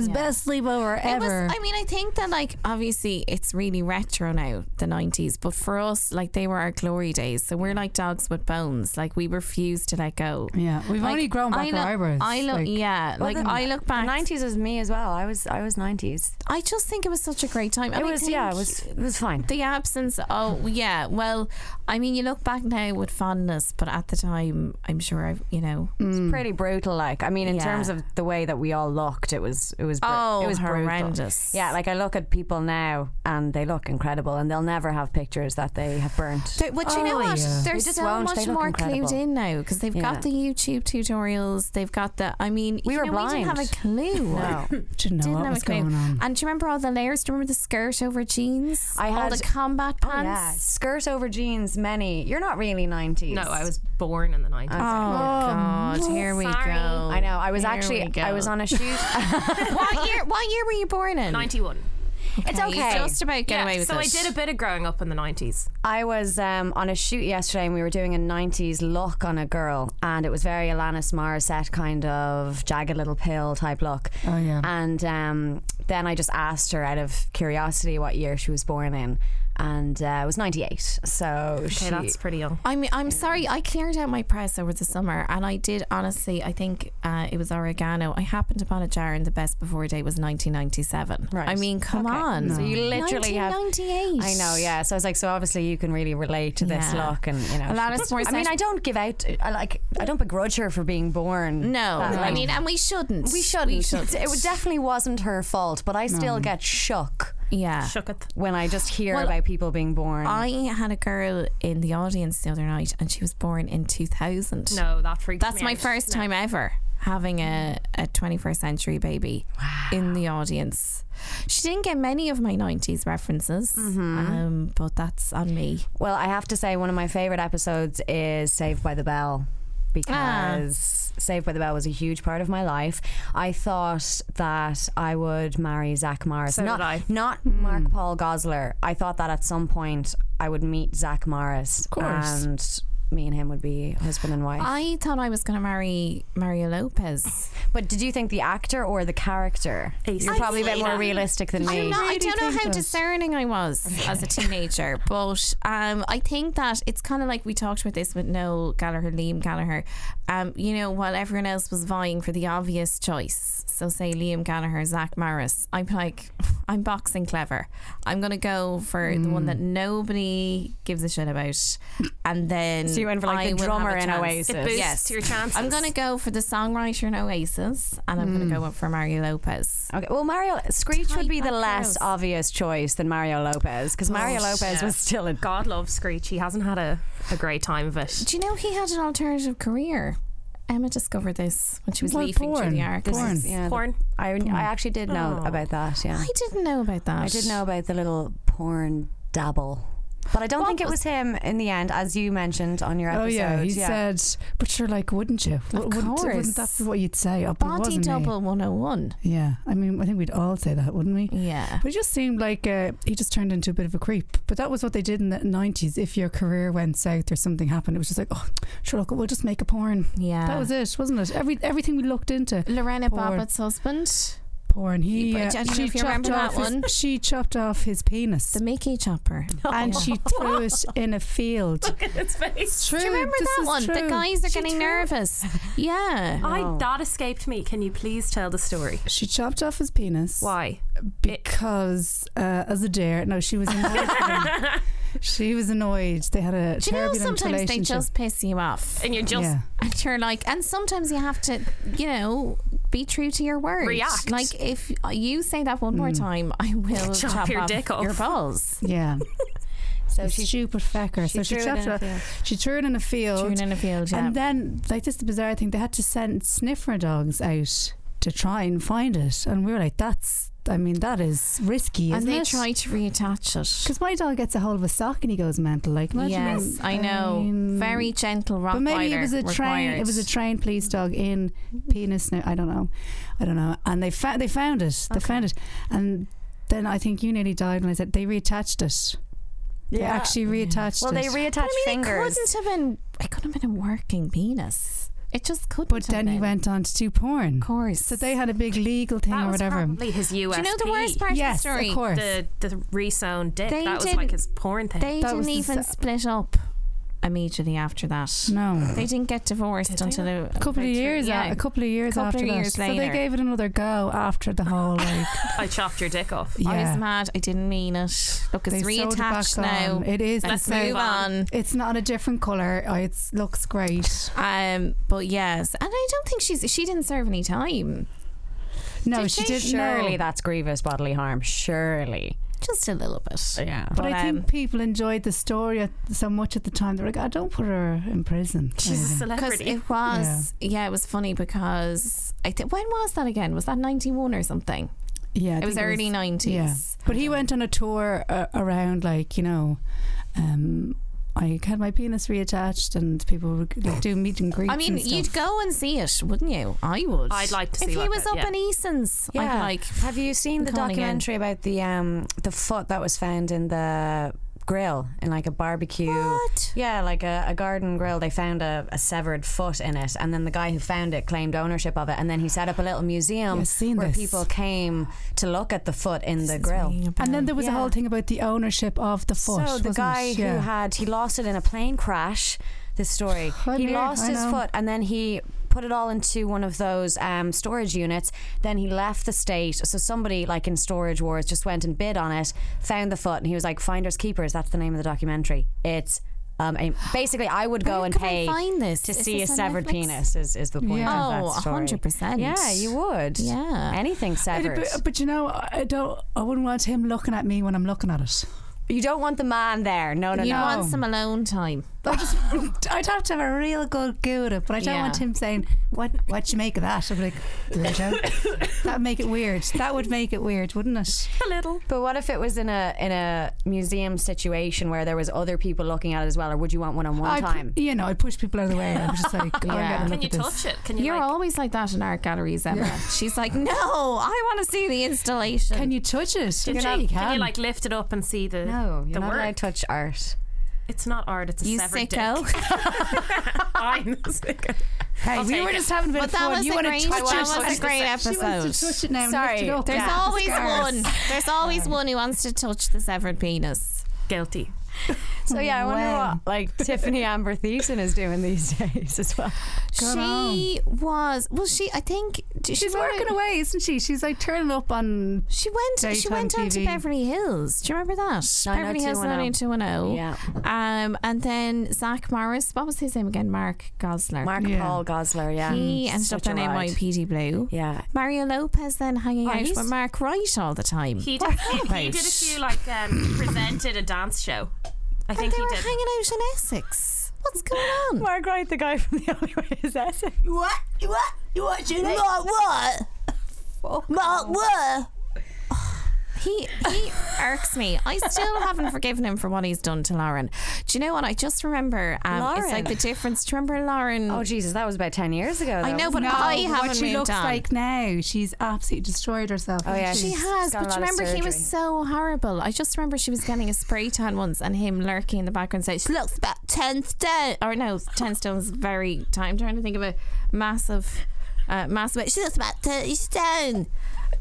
[SPEAKER 4] was the best sleepover
[SPEAKER 3] It
[SPEAKER 4] ever.
[SPEAKER 3] was, I mean, I think that like obviously it's really retro now, the nineties. But for us, like they were our glory days. So we're like dogs with bones. Like we refuse to let go.
[SPEAKER 4] yeah, we've
[SPEAKER 3] Like,
[SPEAKER 4] only grown back
[SPEAKER 3] I
[SPEAKER 4] our
[SPEAKER 3] look-
[SPEAKER 4] eyebrows.
[SPEAKER 3] I look,
[SPEAKER 4] like-
[SPEAKER 3] yeah. Like
[SPEAKER 1] the-
[SPEAKER 3] I look back.
[SPEAKER 1] 90s was me as well. I was I was 90s.
[SPEAKER 3] I just think it was such a great time.
[SPEAKER 1] It
[SPEAKER 3] and I
[SPEAKER 1] was yeah, it
[SPEAKER 3] think
[SPEAKER 1] was it was fine.
[SPEAKER 3] the absence. Oh yeah. Well, I mean, you look back now with fondness, but at the time, I'm sure I've you know.
[SPEAKER 1] It's pretty brutal. Like I mean, in
[SPEAKER 3] Yeah.
[SPEAKER 1] terms of the way that we all looked, it was it was bru-
[SPEAKER 3] Oh,
[SPEAKER 1] it was brutal.
[SPEAKER 3] horrendous.
[SPEAKER 1] Yeah, like I look at people now and they look incredible, and they'll never have pictures that they have burnt.
[SPEAKER 3] They- but you know
[SPEAKER 4] Oh,
[SPEAKER 3] what?
[SPEAKER 4] yeah.
[SPEAKER 3] They're
[SPEAKER 1] They just
[SPEAKER 3] so
[SPEAKER 1] won't. They
[SPEAKER 3] much
[SPEAKER 1] look
[SPEAKER 3] more
[SPEAKER 1] incredible.
[SPEAKER 3] clued in now because they've
[SPEAKER 1] Yeah.
[SPEAKER 3] got the YouTube tutorials. They've got the. I mean,
[SPEAKER 1] We
[SPEAKER 3] you
[SPEAKER 1] were
[SPEAKER 3] know, we didn't have
[SPEAKER 1] blind.
[SPEAKER 3] a clue.
[SPEAKER 1] No.
[SPEAKER 4] didn't know
[SPEAKER 3] Didn't
[SPEAKER 4] what
[SPEAKER 3] have
[SPEAKER 4] was
[SPEAKER 3] a clue.
[SPEAKER 4] going on.
[SPEAKER 3] And do you remember all the layers? Do you remember the skirt over jeans?
[SPEAKER 1] I
[SPEAKER 3] all
[SPEAKER 1] had-
[SPEAKER 3] the combat
[SPEAKER 1] Oh, yeah,
[SPEAKER 3] pants.
[SPEAKER 1] skirt over jeans. Many. You're not really 90s.
[SPEAKER 5] No, I was born in the 90s.
[SPEAKER 3] Oh, God!
[SPEAKER 1] Oh,
[SPEAKER 3] Here we
[SPEAKER 5] Sorry.
[SPEAKER 3] go.
[SPEAKER 1] I know. I was
[SPEAKER 3] Here we
[SPEAKER 1] actually.
[SPEAKER 3] go.
[SPEAKER 1] I was on a shoot.
[SPEAKER 3] what year? What year were you born in?
[SPEAKER 5] 91.
[SPEAKER 1] it's
[SPEAKER 3] Okay, you
[SPEAKER 1] okay.
[SPEAKER 3] Just about get away with
[SPEAKER 5] so
[SPEAKER 3] it.
[SPEAKER 5] I did a bit of growing up in the 90s.
[SPEAKER 1] I was um, on a shoot yesterday and we were doing a 90s look on a girl and it was very Alanis Morissette kind of jagged little pill type look.
[SPEAKER 4] Oh, yeah.
[SPEAKER 1] And um, then I just asked her out of curiosity what year she was born in and uh, it was 98. So she,
[SPEAKER 5] Okay, that's pretty young.
[SPEAKER 3] I mean, I'm sorry. I cleared out my press over the summer, and I did honestly. I think uh, it was oregano. I happened upon a jar, and the best before date was 1997.
[SPEAKER 1] Right.
[SPEAKER 3] I mean, come on.
[SPEAKER 1] So you literally have
[SPEAKER 3] 1998.
[SPEAKER 1] I know, yeah. So I was like, so obviously you can really relate to this
[SPEAKER 3] Yeah.
[SPEAKER 1] look, and you know,
[SPEAKER 3] Alanis
[SPEAKER 1] I mean,
[SPEAKER 3] Morissette-
[SPEAKER 1] I don't give out. I like, I don't begrudge her for being born.
[SPEAKER 3] No,
[SPEAKER 1] that
[SPEAKER 3] I
[SPEAKER 1] late.
[SPEAKER 3] mean, and we shouldn't.
[SPEAKER 1] we shouldn't. It definitely wasn't her fault, but I still get shook
[SPEAKER 3] Yeah.
[SPEAKER 5] Shooketh.
[SPEAKER 1] when I just hear
[SPEAKER 3] Well,
[SPEAKER 1] about people being born.
[SPEAKER 3] I had a girl in the audience the other night, and she was born in 2000.
[SPEAKER 5] No, that freaked
[SPEAKER 3] That's
[SPEAKER 5] me
[SPEAKER 3] my
[SPEAKER 5] out.
[SPEAKER 3] first time ever having a, a 21st century baby in the audience. She didn't get many of my 90s references, um, but that's on me.
[SPEAKER 1] well, I have to say, one of my favorite episodes is Saved by the Bell because Saved by the Bell was a huge part of my life. I thought that I would marry Zach Morris,
[SPEAKER 5] So
[SPEAKER 1] not
[SPEAKER 5] did I.
[SPEAKER 1] not Mark Paul Gosler. I thought that at some point I would meet Zach Morris, of
[SPEAKER 3] course.
[SPEAKER 1] and me and him would be husband and wife.
[SPEAKER 3] I thought I was going to marry Mario Lopez.
[SPEAKER 1] but did you think the actor or the character? You're probably a bit more realistic than me.
[SPEAKER 3] I'm not, I don't know how discerning I was as a teenager, but um, I think that it's kind of like we talked about this with Noel Gallagher, Liam Gallagher. Um, you know, while everyone else was vying for the obvious choice, so say Liam Gallagher, Zach Morris, I'm like, I'm boxing clever. I'm going to go for the one
[SPEAKER 1] Hmm.
[SPEAKER 3] that nobody gives a shit about. And then.
[SPEAKER 1] So you went for, like,
[SPEAKER 3] I
[SPEAKER 1] the
[SPEAKER 3] will have
[SPEAKER 1] drummer
[SPEAKER 3] a
[SPEAKER 1] in
[SPEAKER 3] chance.
[SPEAKER 1] Oasis.
[SPEAKER 5] It boosts
[SPEAKER 3] Yes.
[SPEAKER 5] your chances.
[SPEAKER 3] I'm going to go for the songwriter in Oasis, and I'm
[SPEAKER 1] Hmm.
[SPEAKER 3] going to go up for Mario Lopez.
[SPEAKER 1] Okay. Well, Mario Screech would be the
[SPEAKER 3] Type of
[SPEAKER 1] less
[SPEAKER 3] girls.
[SPEAKER 1] obvious choice than Mario Lopez because Mario Lopez was still a.
[SPEAKER 5] God love Screech. He hasn't had a, a great time of it.
[SPEAKER 3] Do you know he had an alternative career? Emma discovered this when she was
[SPEAKER 4] Well,
[SPEAKER 3] leafing
[SPEAKER 4] porn.
[SPEAKER 3] through the archives.
[SPEAKER 4] Porn.
[SPEAKER 1] Yeah, the-
[SPEAKER 5] Porn.
[SPEAKER 1] I, I actually did know
[SPEAKER 5] Oh.
[SPEAKER 1] about that. Yeah, Um,
[SPEAKER 3] I didn't know about that.
[SPEAKER 1] I did know about the little porn dabble, but I don't
[SPEAKER 3] What
[SPEAKER 1] think it was him in the end, as you mentioned on your episode.
[SPEAKER 4] Oh yeah, he said, but you're like, wouldn't you? Of wouldn't,
[SPEAKER 3] course.
[SPEAKER 4] wouldn't that be what you'd say? Oh, but it
[SPEAKER 3] Body
[SPEAKER 4] wasn't me.
[SPEAKER 3] Double 101.
[SPEAKER 4] Yeah, I mean, I think we'd all say that, wouldn't we?
[SPEAKER 3] Yeah.
[SPEAKER 4] But it just seemed like uh, he just turned into a bit of a creep. But that was what they did in the 90s. If your career went south or something happened, it was just like, oh, sure, look, we'll just make a porn.
[SPEAKER 3] Yeah.
[SPEAKER 4] That was it, wasn't it? Every Everything we looked into,
[SPEAKER 3] Lorena
[SPEAKER 4] Porn.
[SPEAKER 3] Bobbitt's husband,
[SPEAKER 4] porn. He,
[SPEAKER 3] But I
[SPEAKER 4] uh,
[SPEAKER 3] don't know
[SPEAKER 4] she
[SPEAKER 3] if you
[SPEAKER 4] chopped
[SPEAKER 3] remember that
[SPEAKER 4] off his-
[SPEAKER 3] one.
[SPEAKER 4] She chopped off his penis
[SPEAKER 3] the Mickey Chopper.
[SPEAKER 4] and she threw it in a field. Look at his face. True.
[SPEAKER 3] Do you remember
[SPEAKER 4] this
[SPEAKER 3] that
[SPEAKER 4] is
[SPEAKER 3] one? The
[SPEAKER 4] true.
[SPEAKER 3] guys are
[SPEAKER 4] She
[SPEAKER 3] getting
[SPEAKER 4] threw-
[SPEAKER 3] nervous. Yeah.
[SPEAKER 5] I that escaped me. Can you please tell the story?
[SPEAKER 4] She chopped off his penis.
[SPEAKER 5] Why?
[SPEAKER 4] Because uh, as a dare, no, she was in. Wales. She was annoyed. They had a
[SPEAKER 3] Do you know
[SPEAKER 4] turbulent
[SPEAKER 3] sometimes they
[SPEAKER 4] relationship.
[SPEAKER 3] just piss you off?
[SPEAKER 5] and you're just
[SPEAKER 4] yeah.
[SPEAKER 3] And you're like, and sometimes you have to, you know, be true to your word.
[SPEAKER 5] React.
[SPEAKER 3] Like if you say that one more
[SPEAKER 4] Hmm.
[SPEAKER 3] time, I will
[SPEAKER 5] Chop
[SPEAKER 3] chop,
[SPEAKER 5] your
[SPEAKER 3] off
[SPEAKER 5] dick off.
[SPEAKER 3] your balls.
[SPEAKER 4] yeah.
[SPEAKER 1] So
[SPEAKER 4] A stupid fecker. so she chopped her. She threw it in a field.
[SPEAKER 3] Tune in a field, yeah.
[SPEAKER 4] And then, like, this is the bizarre thing. They had to send sniffer dogs out to try and find it. And we were like, that's, I mean, that is risky,
[SPEAKER 3] And
[SPEAKER 4] isn't
[SPEAKER 3] they
[SPEAKER 4] it?
[SPEAKER 3] try to reattach it.
[SPEAKER 4] Because my dog gets a hold of a sock and he goes mental. Like, imagine
[SPEAKER 3] Yes, I know.
[SPEAKER 4] mean,
[SPEAKER 3] Very gentle rock.
[SPEAKER 4] But maybe it was a train. It was a trained police dog in penis. No, I don't know. I don't know. And they found they found it. They found it. And then I think you nearly died when I said they reattached it. They actually reattached
[SPEAKER 1] well,
[SPEAKER 4] it.
[SPEAKER 1] they reattach
[SPEAKER 3] I mean,
[SPEAKER 1] fingers.
[SPEAKER 3] it couldn't have been. It couldn't have been a working penis. It just couldn't.
[SPEAKER 4] but
[SPEAKER 3] have
[SPEAKER 4] then he
[SPEAKER 3] been.
[SPEAKER 4] went on to do porn.
[SPEAKER 3] Of course.
[SPEAKER 4] So they had a big legal thing
[SPEAKER 5] that
[SPEAKER 4] or
[SPEAKER 5] was
[SPEAKER 4] whatever.
[SPEAKER 5] probably his USP.
[SPEAKER 3] Do you know the worst part
[SPEAKER 4] yes,
[SPEAKER 3] of the story?
[SPEAKER 4] of course.
[SPEAKER 5] The the resewn dick.
[SPEAKER 3] They
[SPEAKER 5] that was
[SPEAKER 3] didn't-
[SPEAKER 5] like his porn thing.
[SPEAKER 3] They
[SPEAKER 4] That was
[SPEAKER 3] didn't
[SPEAKER 4] the
[SPEAKER 3] even
[SPEAKER 4] se-
[SPEAKER 3] split up immediately after that.
[SPEAKER 4] no.
[SPEAKER 3] They didn't get divorced until a,
[SPEAKER 4] A couple of years, a- a couple of years
[SPEAKER 3] Couple of
[SPEAKER 4] after that.
[SPEAKER 3] years
[SPEAKER 4] so they
[SPEAKER 3] later.
[SPEAKER 4] gave it another go after the whole like
[SPEAKER 5] I chopped your dick off.
[SPEAKER 4] yeah.
[SPEAKER 3] I was mad. I didn't mean it. Look, it's
[SPEAKER 4] They sewed it
[SPEAKER 3] reattached
[SPEAKER 4] back
[SPEAKER 3] now.
[SPEAKER 4] on. It is.
[SPEAKER 3] Let's
[SPEAKER 4] it's now-
[SPEAKER 3] move on.
[SPEAKER 4] It's not a different color. Oh, it looks great.
[SPEAKER 3] Um, but yes, and I don't think she's she didn't serve any time.
[SPEAKER 4] No,
[SPEAKER 3] Did
[SPEAKER 4] she
[SPEAKER 3] they?
[SPEAKER 4] didn't.
[SPEAKER 1] Surely
[SPEAKER 4] know.
[SPEAKER 1] that's grievous bodily harm. Surely.
[SPEAKER 3] Just a little bit.
[SPEAKER 1] Yeah.
[SPEAKER 4] But, I
[SPEAKER 3] um,
[SPEAKER 4] think people enjoyed the story at, so much at the time. They're like, "I don't put her in prison."
[SPEAKER 5] She's a
[SPEAKER 4] Yeah.
[SPEAKER 3] Because
[SPEAKER 5] celebrity.
[SPEAKER 3] it was, yeah. it was funny because I think when was that again? Was that ninety one or something?
[SPEAKER 4] yeah, I
[SPEAKER 3] it was
[SPEAKER 4] think
[SPEAKER 3] early
[SPEAKER 4] Yeah,
[SPEAKER 3] nineties.
[SPEAKER 4] but he went on a tour uh, around, like you know, um, I had my penis reattached, and people would like, do meet and greets.
[SPEAKER 3] I mean,
[SPEAKER 4] and stuff.
[SPEAKER 3] you'd go and see it, wouldn't you? I would.
[SPEAKER 5] I'd like to
[SPEAKER 3] if
[SPEAKER 5] see
[SPEAKER 3] he
[SPEAKER 5] what
[SPEAKER 3] was
[SPEAKER 5] that-
[SPEAKER 3] up
[SPEAKER 5] yeah.
[SPEAKER 3] in Eason's. I'd
[SPEAKER 1] Yeah.
[SPEAKER 3] like.
[SPEAKER 1] Have you seen the
[SPEAKER 3] Calling in.
[SPEAKER 1] documentary about the um the foot that was found in the grill in like a barbecue?
[SPEAKER 3] What?
[SPEAKER 1] Yeah, like a, a garden grill. They found a, a severed foot in it, and then the guy who found it claimed ownership of it, and then he set up a little museum
[SPEAKER 4] Yeah, I've seen
[SPEAKER 1] where
[SPEAKER 4] this.
[SPEAKER 1] people came to look at the foot in the grill.
[SPEAKER 4] And then there was a
[SPEAKER 1] Yeah.
[SPEAKER 4] whole thing about the ownership of the foot.
[SPEAKER 1] So the
[SPEAKER 4] wasn't
[SPEAKER 1] guy
[SPEAKER 4] it?
[SPEAKER 1] who
[SPEAKER 4] Yeah.
[SPEAKER 1] had he lost it in a plane crash. This story.
[SPEAKER 4] Oh,
[SPEAKER 1] he
[SPEAKER 4] dear,
[SPEAKER 1] lost
[SPEAKER 4] I
[SPEAKER 1] his
[SPEAKER 4] know.
[SPEAKER 1] foot and then he put it all into one of those um, storage units. Then he left the state. So somebody like in Storage Wars just went and bid on it, found the foot, and he was like, "Finders keepers." That's the name of the documentary. It's um, a- basically I would go
[SPEAKER 3] Where
[SPEAKER 1] and
[SPEAKER 3] could I
[SPEAKER 1] pay
[SPEAKER 3] find this?
[SPEAKER 1] to
[SPEAKER 3] Is
[SPEAKER 1] see
[SPEAKER 3] this
[SPEAKER 1] a
[SPEAKER 3] on
[SPEAKER 1] severed
[SPEAKER 3] Netflix?
[SPEAKER 1] penis. Is, is the point
[SPEAKER 4] Yeah.
[SPEAKER 1] of
[SPEAKER 3] Oh,
[SPEAKER 1] that story?
[SPEAKER 3] 100%.
[SPEAKER 1] Yeah, you would.
[SPEAKER 3] Yeah.
[SPEAKER 1] anything severed.
[SPEAKER 4] But, but you know, I don't. I wouldn't want him looking at me when I'm looking at it.
[SPEAKER 1] you don't want the man there. No, no,
[SPEAKER 3] You
[SPEAKER 1] no.
[SPEAKER 3] want some alone time?
[SPEAKER 4] I just, I'd have to have a real good go at it, but I don't
[SPEAKER 3] Yeah.
[SPEAKER 4] want him saying, "What, what you make of that?" I'm like, that would make it weird. That would make it weird, wouldn't it?
[SPEAKER 5] a little.
[SPEAKER 1] But what if it was in a in a museum situation where there was other people looking at it as well, or would you want one on one
[SPEAKER 4] I,
[SPEAKER 1] time?
[SPEAKER 4] pu- you know, I push people out of the way. I'm just like, oh,
[SPEAKER 3] Yeah.
[SPEAKER 4] yeah.
[SPEAKER 5] Can you touch it? Can you?
[SPEAKER 3] You're
[SPEAKER 5] like,
[SPEAKER 3] always like that in art galleries, Emma. She's like, no, I want to see the installation.
[SPEAKER 4] Can you touch it?
[SPEAKER 5] Did
[SPEAKER 4] You're
[SPEAKER 5] you-
[SPEAKER 4] not-
[SPEAKER 5] can. you like lift it up and see the?
[SPEAKER 1] no,
[SPEAKER 5] the
[SPEAKER 1] you're not
[SPEAKER 5] work.
[SPEAKER 1] allowed to touch art.
[SPEAKER 5] It's not art. It's a
[SPEAKER 3] You
[SPEAKER 5] severed
[SPEAKER 3] sicko.
[SPEAKER 5] dick. I'm a sicko.
[SPEAKER 4] hey,
[SPEAKER 5] I'll
[SPEAKER 4] we
[SPEAKER 5] take
[SPEAKER 4] were
[SPEAKER 5] it.
[SPEAKER 4] just having a bit
[SPEAKER 3] But
[SPEAKER 4] of
[SPEAKER 3] that
[SPEAKER 4] fun.
[SPEAKER 3] was
[SPEAKER 4] You
[SPEAKER 3] a
[SPEAKER 4] want to
[SPEAKER 3] great,
[SPEAKER 4] touch
[SPEAKER 3] that
[SPEAKER 4] it?
[SPEAKER 3] was a
[SPEAKER 5] She
[SPEAKER 3] great
[SPEAKER 5] wants
[SPEAKER 4] She wants to
[SPEAKER 3] episode.
[SPEAKER 4] touch it now. and
[SPEAKER 1] Sorry.
[SPEAKER 4] lift it up.
[SPEAKER 3] There's
[SPEAKER 4] Yeah.
[SPEAKER 3] always
[SPEAKER 4] Scars.
[SPEAKER 3] one. There's always one who wants to touch the severed penis.
[SPEAKER 5] Guilty.
[SPEAKER 1] So yeah, I wonder
[SPEAKER 4] Wow.
[SPEAKER 1] what like Tiffany Amber Thiessen is doing these days as well.
[SPEAKER 3] she was. Well, she. I think she's
[SPEAKER 4] She's working away, isn't she? She's like turning up on.
[SPEAKER 3] She went. She
[SPEAKER 4] Daytime
[SPEAKER 3] went on to
[SPEAKER 4] TV.
[SPEAKER 3] Beverly Hills. Do you remember that? Beverly Hills
[SPEAKER 1] 90210.
[SPEAKER 3] 90210.
[SPEAKER 1] Yeah,
[SPEAKER 3] oh. Um, and then Zach Morris. What was his name again? Mark Gosler.
[SPEAKER 1] Mark
[SPEAKER 4] Yeah.
[SPEAKER 1] Paul Gosler. Yeah, Mm.
[SPEAKER 3] He ended
[SPEAKER 1] Such
[SPEAKER 3] up
[SPEAKER 1] a
[SPEAKER 3] on
[SPEAKER 1] ride.
[SPEAKER 3] NYPD Blue.
[SPEAKER 1] Yeah,
[SPEAKER 3] Mario Lopez then hanging
[SPEAKER 1] Oh,
[SPEAKER 3] out
[SPEAKER 1] he's-
[SPEAKER 3] with Mark Wright all the time.
[SPEAKER 5] He did. he, he did a few like um, presented a dance show. I
[SPEAKER 3] and
[SPEAKER 5] think
[SPEAKER 3] they
[SPEAKER 5] he
[SPEAKER 3] were
[SPEAKER 5] did.
[SPEAKER 3] hanging out in Essex. What's going on?
[SPEAKER 1] Mark Wright, the guy from The Only Way Is Essex.
[SPEAKER 3] What? What? You watching Mark what? Mark what? He he irks me. I still haven't forgiven him for what he's done to Lauren. Do you know what? I just remember. Um, It's like
[SPEAKER 1] Lauren?
[SPEAKER 3] the difference. Do you remember Lauren?
[SPEAKER 1] Oh Jesus, that was about ten years ago.
[SPEAKER 3] I
[SPEAKER 1] though,
[SPEAKER 3] know,
[SPEAKER 1] wasn't
[SPEAKER 3] but
[SPEAKER 4] No,
[SPEAKER 3] I
[SPEAKER 4] but
[SPEAKER 3] haven't
[SPEAKER 4] what she
[SPEAKER 3] moved
[SPEAKER 4] looks
[SPEAKER 3] on.
[SPEAKER 4] like now. She's absolutely destroyed herself.
[SPEAKER 1] Oh, yeah,
[SPEAKER 4] hasn't
[SPEAKER 3] she
[SPEAKER 1] she's
[SPEAKER 3] has,
[SPEAKER 1] got a
[SPEAKER 3] but do
[SPEAKER 1] lot
[SPEAKER 3] you
[SPEAKER 1] of
[SPEAKER 3] remember he was
[SPEAKER 1] surgery.
[SPEAKER 3] so horrible. I just remember she was getting a spray tan once, and him lurking in the background saying, "She looks about ten stone," or no, ten stones. Very time. I'm trying to think of a massive, uh, massive. She looks about thirty stone.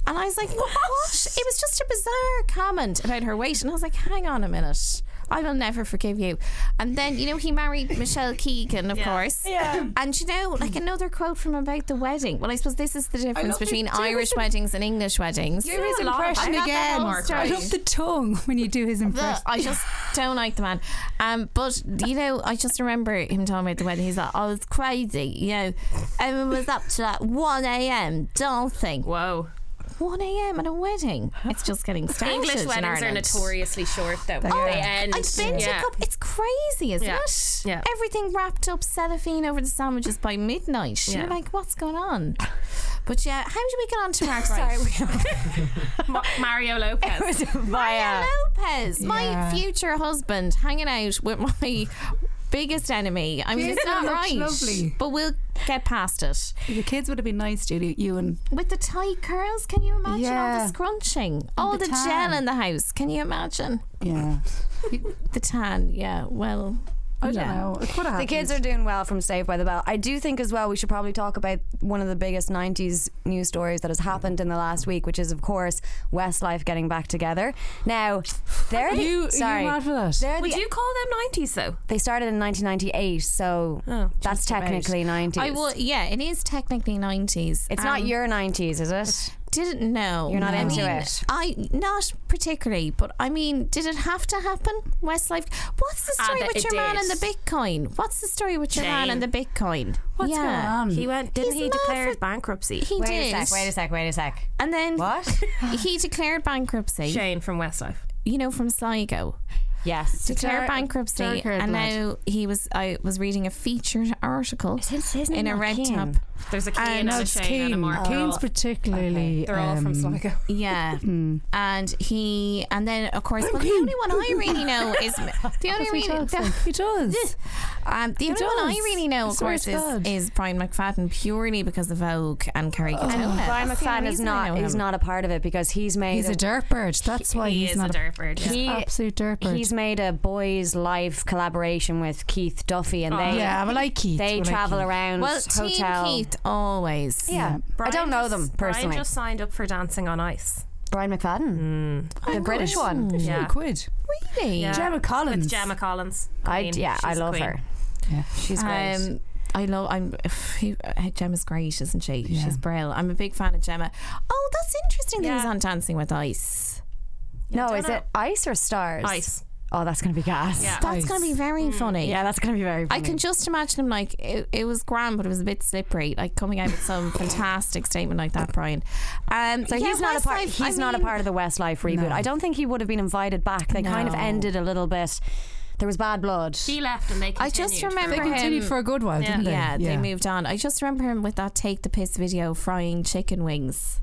[SPEAKER 3] And I was like, what? It was just a bizarre comment about her weight. And I was like, hang on a minute. I will never forgive you. And then, you know, he married Michelle Keegan, of course. Yeah. And, you know, like another quote from about the wedding. Well, I suppose this is the difference between Irish weddings and English weddings.
[SPEAKER 4] Give his
[SPEAKER 5] lot about
[SPEAKER 4] impression
[SPEAKER 5] that.
[SPEAKER 4] again.
[SPEAKER 5] Mark
[SPEAKER 4] I
[SPEAKER 5] Wright.
[SPEAKER 4] love the tongue when you do his
[SPEAKER 3] The-
[SPEAKER 4] impression.
[SPEAKER 3] I just don't like the man. Um, but you know, I just remember him telling me at the wedding. He's like, I was crazy. You know, everyone was up to like one a.m. dancing.
[SPEAKER 5] Whoa.
[SPEAKER 3] 1 a.m. at a wedding. It's just getting started.
[SPEAKER 5] English
[SPEAKER 3] in
[SPEAKER 5] weddings are
[SPEAKER 3] Ireland.
[SPEAKER 5] notoriously short, though.
[SPEAKER 3] Oh,
[SPEAKER 5] they end.
[SPEAKER 3] I've been to a
[SPEAKER 5] yeah.
[SPEAKER 3] couple. It's crazy, isn't
[SPEAKER 5] Yeah.
[SPEAKER 3] it?
[SPEAKER 5] Yeah.
[SPEAKER 3] Everything wrapped up, cellophane over the sandwiches by midnight.
[SPEAKER 5] Yeah.
[SPEAKER 3] You're like, what's going on? But yeah, how do we get on to our Sorry,
[SPEAKER 5] Ma- Mario Lopez.
[SPEAKER 3] Maya Lopez, my future husband, hanging out with my biggest enemy. I mean, it's not
[SPEAKER 4] Looks
[SPEAKER 3] right.
[SPEAKER 4] lovely.
[SPEAKER 3] But we'll get past it.
[SPEAKER 4] Your kids would have been nice, Judy. You and
[SPEAKER 3] With the tight curls, can you imagine all
[SPEAKER 4] Yeah.
[SPEAKER 3] the scrunching? All
[SPEAKER 4] the
[SPEAKER 3] the,
[SPEAKER 4] tan.
[SPEAKER 3] gel in the house, can you imagine?
[SPEAKER 4] yeah.
[SPEAKER 3] The tan, yeah, well.
[SPEAKER 4] I
[SPEAKER 3] yeah.
[SPEAKER 4] don't know. It could have.
[SPEAKER 1] The kids are doing well from Saved by the Bell. I do think as well we should probably talk about one of the biggest 90s news stories that has happened in the last week, which is, of course, Westlife getting back together. Now, they're the,
[SPEAKER 4] You,
[SPEAKER 1] sorry,
[SPEAKER 4] you mad for that?
[SPEAKER 1] they're
[SPEAKER 5] Would
[SPEAKER 1] the,
[SPEAKER 5] you call them 90s, though?
[SPEAKER 1] they started in 1998, so that's technically 90s.
[SPEAKER 3] I will. Yeah, it is technically nineties.
[SPEAKER 1] it's not your 90s, is it?
[SPEAKER 3] Didn't know.
[SPEAKER 1] You're not
[SPEAKER 3] I
[SPEAKER 1] into
[SPEAKER 3] mean,
[SPEAKER 1] it.
[SPEAKER 3] I not particularly, but I mean, did it have to happen? Westlife. What's the
[SPEAKER 5] Ah,
[SPEAKER 3] story
[SPEAKER 5] that
[SPEAKER 3] with
[SPEAKER 5] it
[SPEAKER 3] your man
[SPEAKER 5] did.
[SPEAKER 3] and the Bitcoin? What's the story with your man
[SPEAKER 5] Shame.
[SPEAKER 3] and the Bitcoin?
[SPEAKER 4] What's
[SPEAKER 3] yeah.
[SPEAKER 4] going on?
[SPEAKER 5] He went. Didn't
[SPEAKER 3] He's
[SPEAKER 5] he
[SPEAKER 3] mad
[SPEAKER 5] declare
[SPEAKER 3] for-
[SPEAKER 5] his bankruptcy?
[SPEAKER 3] He did,
[SPEAKER 1] sec, wait a sec.
[SPEAKER 3] and then
[SPEAKER 1] What?
[SPEAKER 3] he declared bankruptcy.
[SPEAKER 5] Shane from Westlife.
[SPEAKER 3] You know, from Sligo.
[SPEAKER 1] Yes.
[SPEAKER 3] declare
[SPEAKER 4] Dar-
[SPEAKER 3] bankruptcy,
[SPEAKER 4] dark-haired
[SPEAKER 3] and
[SPEAKER 4] lad.
[SPEAKER 3] now he was. I was reading a featured article
[SPEAKER 1] his- isn't
[SPEAKER 3] in
[SPEAKER 1] it
[SPEAKER 3] a red
[SPEAKER 1] Keane?
[SPEAKER 3] top.
[SPEAKER 5] There's a Kane and
[SPEAKER 4] no,
[SPEAKER 5] a
[SPEAKER 4] it's
[SPEAKER 5] Shane and a
[SPEAKER 4] Keane.
[SPEAKER 5] Mark.
[SPEAKER 4] Keane's
[SPEAKER 5] They're all-
[SPEAKER 4] particularly.
[SPEAKER 5] Oh. they're all from
[SPEAKER 4] um,
[SPEAKER 5] Sligo.
[SPEAKER 3] Yeah.
[SPEAKER 1] Hmm.
[SPEAKER 3] And he, and then of course, well, the only one I really know is the only
[SPEAKER 4] He
[SPEAKER 3] really,
[SPEAKER 4] does.
[SPEAKER 3] the,
[SPEAKER 4] He does.
[SPEAKER 3] um, the only
[SPEAKER 4] does.
[SPEAKER 3] one I really know,
[SPEAKER 4] I
[SPEAKER 3] of
[SPEAKER 4] swear
[SPEAKER 3] course,
[SPEAKER 4] to
[SPEAKER 3] is,
[SPEAKER 4] God.
[SPEAKER 3] is Brian McFadden purely because of Vogue and Carrie
[SPEAKER 1] Oh.
[SPEAKER 3] Katona.
[SPEAKER 1] Brian
[SPEAKER 3] That's the
[SPEAKER 1] McFadden
[SPEAKER 3] only
[SPEAKER 1] is
[SPEAKER 3] reason I
[SPEAKER 1] not.
[SPEAKER 3] know
[SPEAKER 1] He's
[SPEAKER 3] him.
[SPEAKER 1] not a part of it because he's made.
[SPEAKER 4] He's a dirtbird. That's why
[SPEAKER 5] he
[SPEAKER 4] oh, he's
[SPEAKER 5] is a
[SPEAKER 4] not a
[SPEAKER 5] dirtbird. yeah.
[SPEAKER 1] he-
[SPEAKER 4] absolute dirtbird.
[SPEAKER 1] He's made a boys' life collaboration with Keith Duffy, and they
[SPEAKER 4] yeah, well, I Keith.
[SPEAKER 1] they
[SPEAKER 4] well, I
[SPEAKER 1] travel
[SPEAKER 4] Keith.
[SPEAKER 1] around
[SPEAKER 3] Well,
[SPEAKER 1] hotel.
[SPEAKER 3] Team Keith always.
[SPEAKER 1] Yeah, I
[SPEAKER 5] Brian
[SPEAKER 1] don't know
[SPEAKER 5] just-
[SPEAKER 1] them
[SPEAKER 5] Brian
[SPEAKER 1] personally.
[SPEAKER 5] just Mm. signed up for Dancing on Ice.
[SPEAKER 1] Brian McFadden, the British one.
[SPEAKER 4] Few
[SPEAKER 5] Yeah.
[SPEAKER 4] quid.
[SPEAKER 3] Really?
[SPEAKER 5] Yeah.
[SPEAKER 4] Gemma Collins.
[SPEAKER 5] With Gemma Collins.
[SPEAKER 1] I
[SPEAKER 5] Queen.
[SPEAKER 1] yeah, I
[SPEAKER 5] She's
[SPEAKER 1] love
[SPEAKER 5] queen.
[SPEAKER 1] her.
[SPEAKER 4] Yeah.
[SPEAKER 1] She's great.
[SPEAKER 3] Um, I love. I'm. He, uh, Gemma's great, isn't she?
[SPEAKER 4] Yeah.
[SPEAKER 3] She's brilliant. I'm a big fan of Gemma. Oh, that's interesting. That he's
[SPEAKER 5] Yeah.
[SPEAKER 3] on Dancing with Ice.
[SPEAKER 1] no,
[SPEAKER 5] don't
[SPEAKER 1] is
[SPEAKER 5] know.
[SPEAKER 1] it Ice or Stars?
[SPEAKER 5] Ice.
[SPEAKER 1] Oh, that's gonna be gas.
[SPEAKER 5] Yeah.
[SPEAKER 3] That's going to be very funny.
[SPEAKER 1] Mm. Yeah, that's gonna be very.
[SPEAKER 3] I
[SPEAKER 1] Funny.
[SPEAKER 3] can just imagine him like it, it was grand, but it was a bit slippery. Like coming out with some fantastic statement like that, Brian. Um,
[SPEAKER 1] So
[SPEAKER 3] yeah,
[SPEAKER 1] he's not a part.
[SPEAKER 3] Westlife,
[SPEAKER 1] He's
[SPEAKER 3] I
[SPEAKER 1] not a
[SPEAKER 3] mean-
[SPEAKER 1] part of the Westlife reboot. I don't think he would have been invited back. They kind of
[SPEAKER 3] No.
[SPEAKER 1] ended a little bit. There was bad blood.
[SPEAKER 5] He left and they
[SPEAKER 3] I
[SPEAKER 5] continued.
[SPEAKER 3] just remember
[SPEAKER 4] They continued
[SPEAKER 3] him.
[SPEAKER 4] for a good while, didn't they?
[SPEAKER 3] yeah, they moved on. I just remember him with that take the piss video frying chicken wings,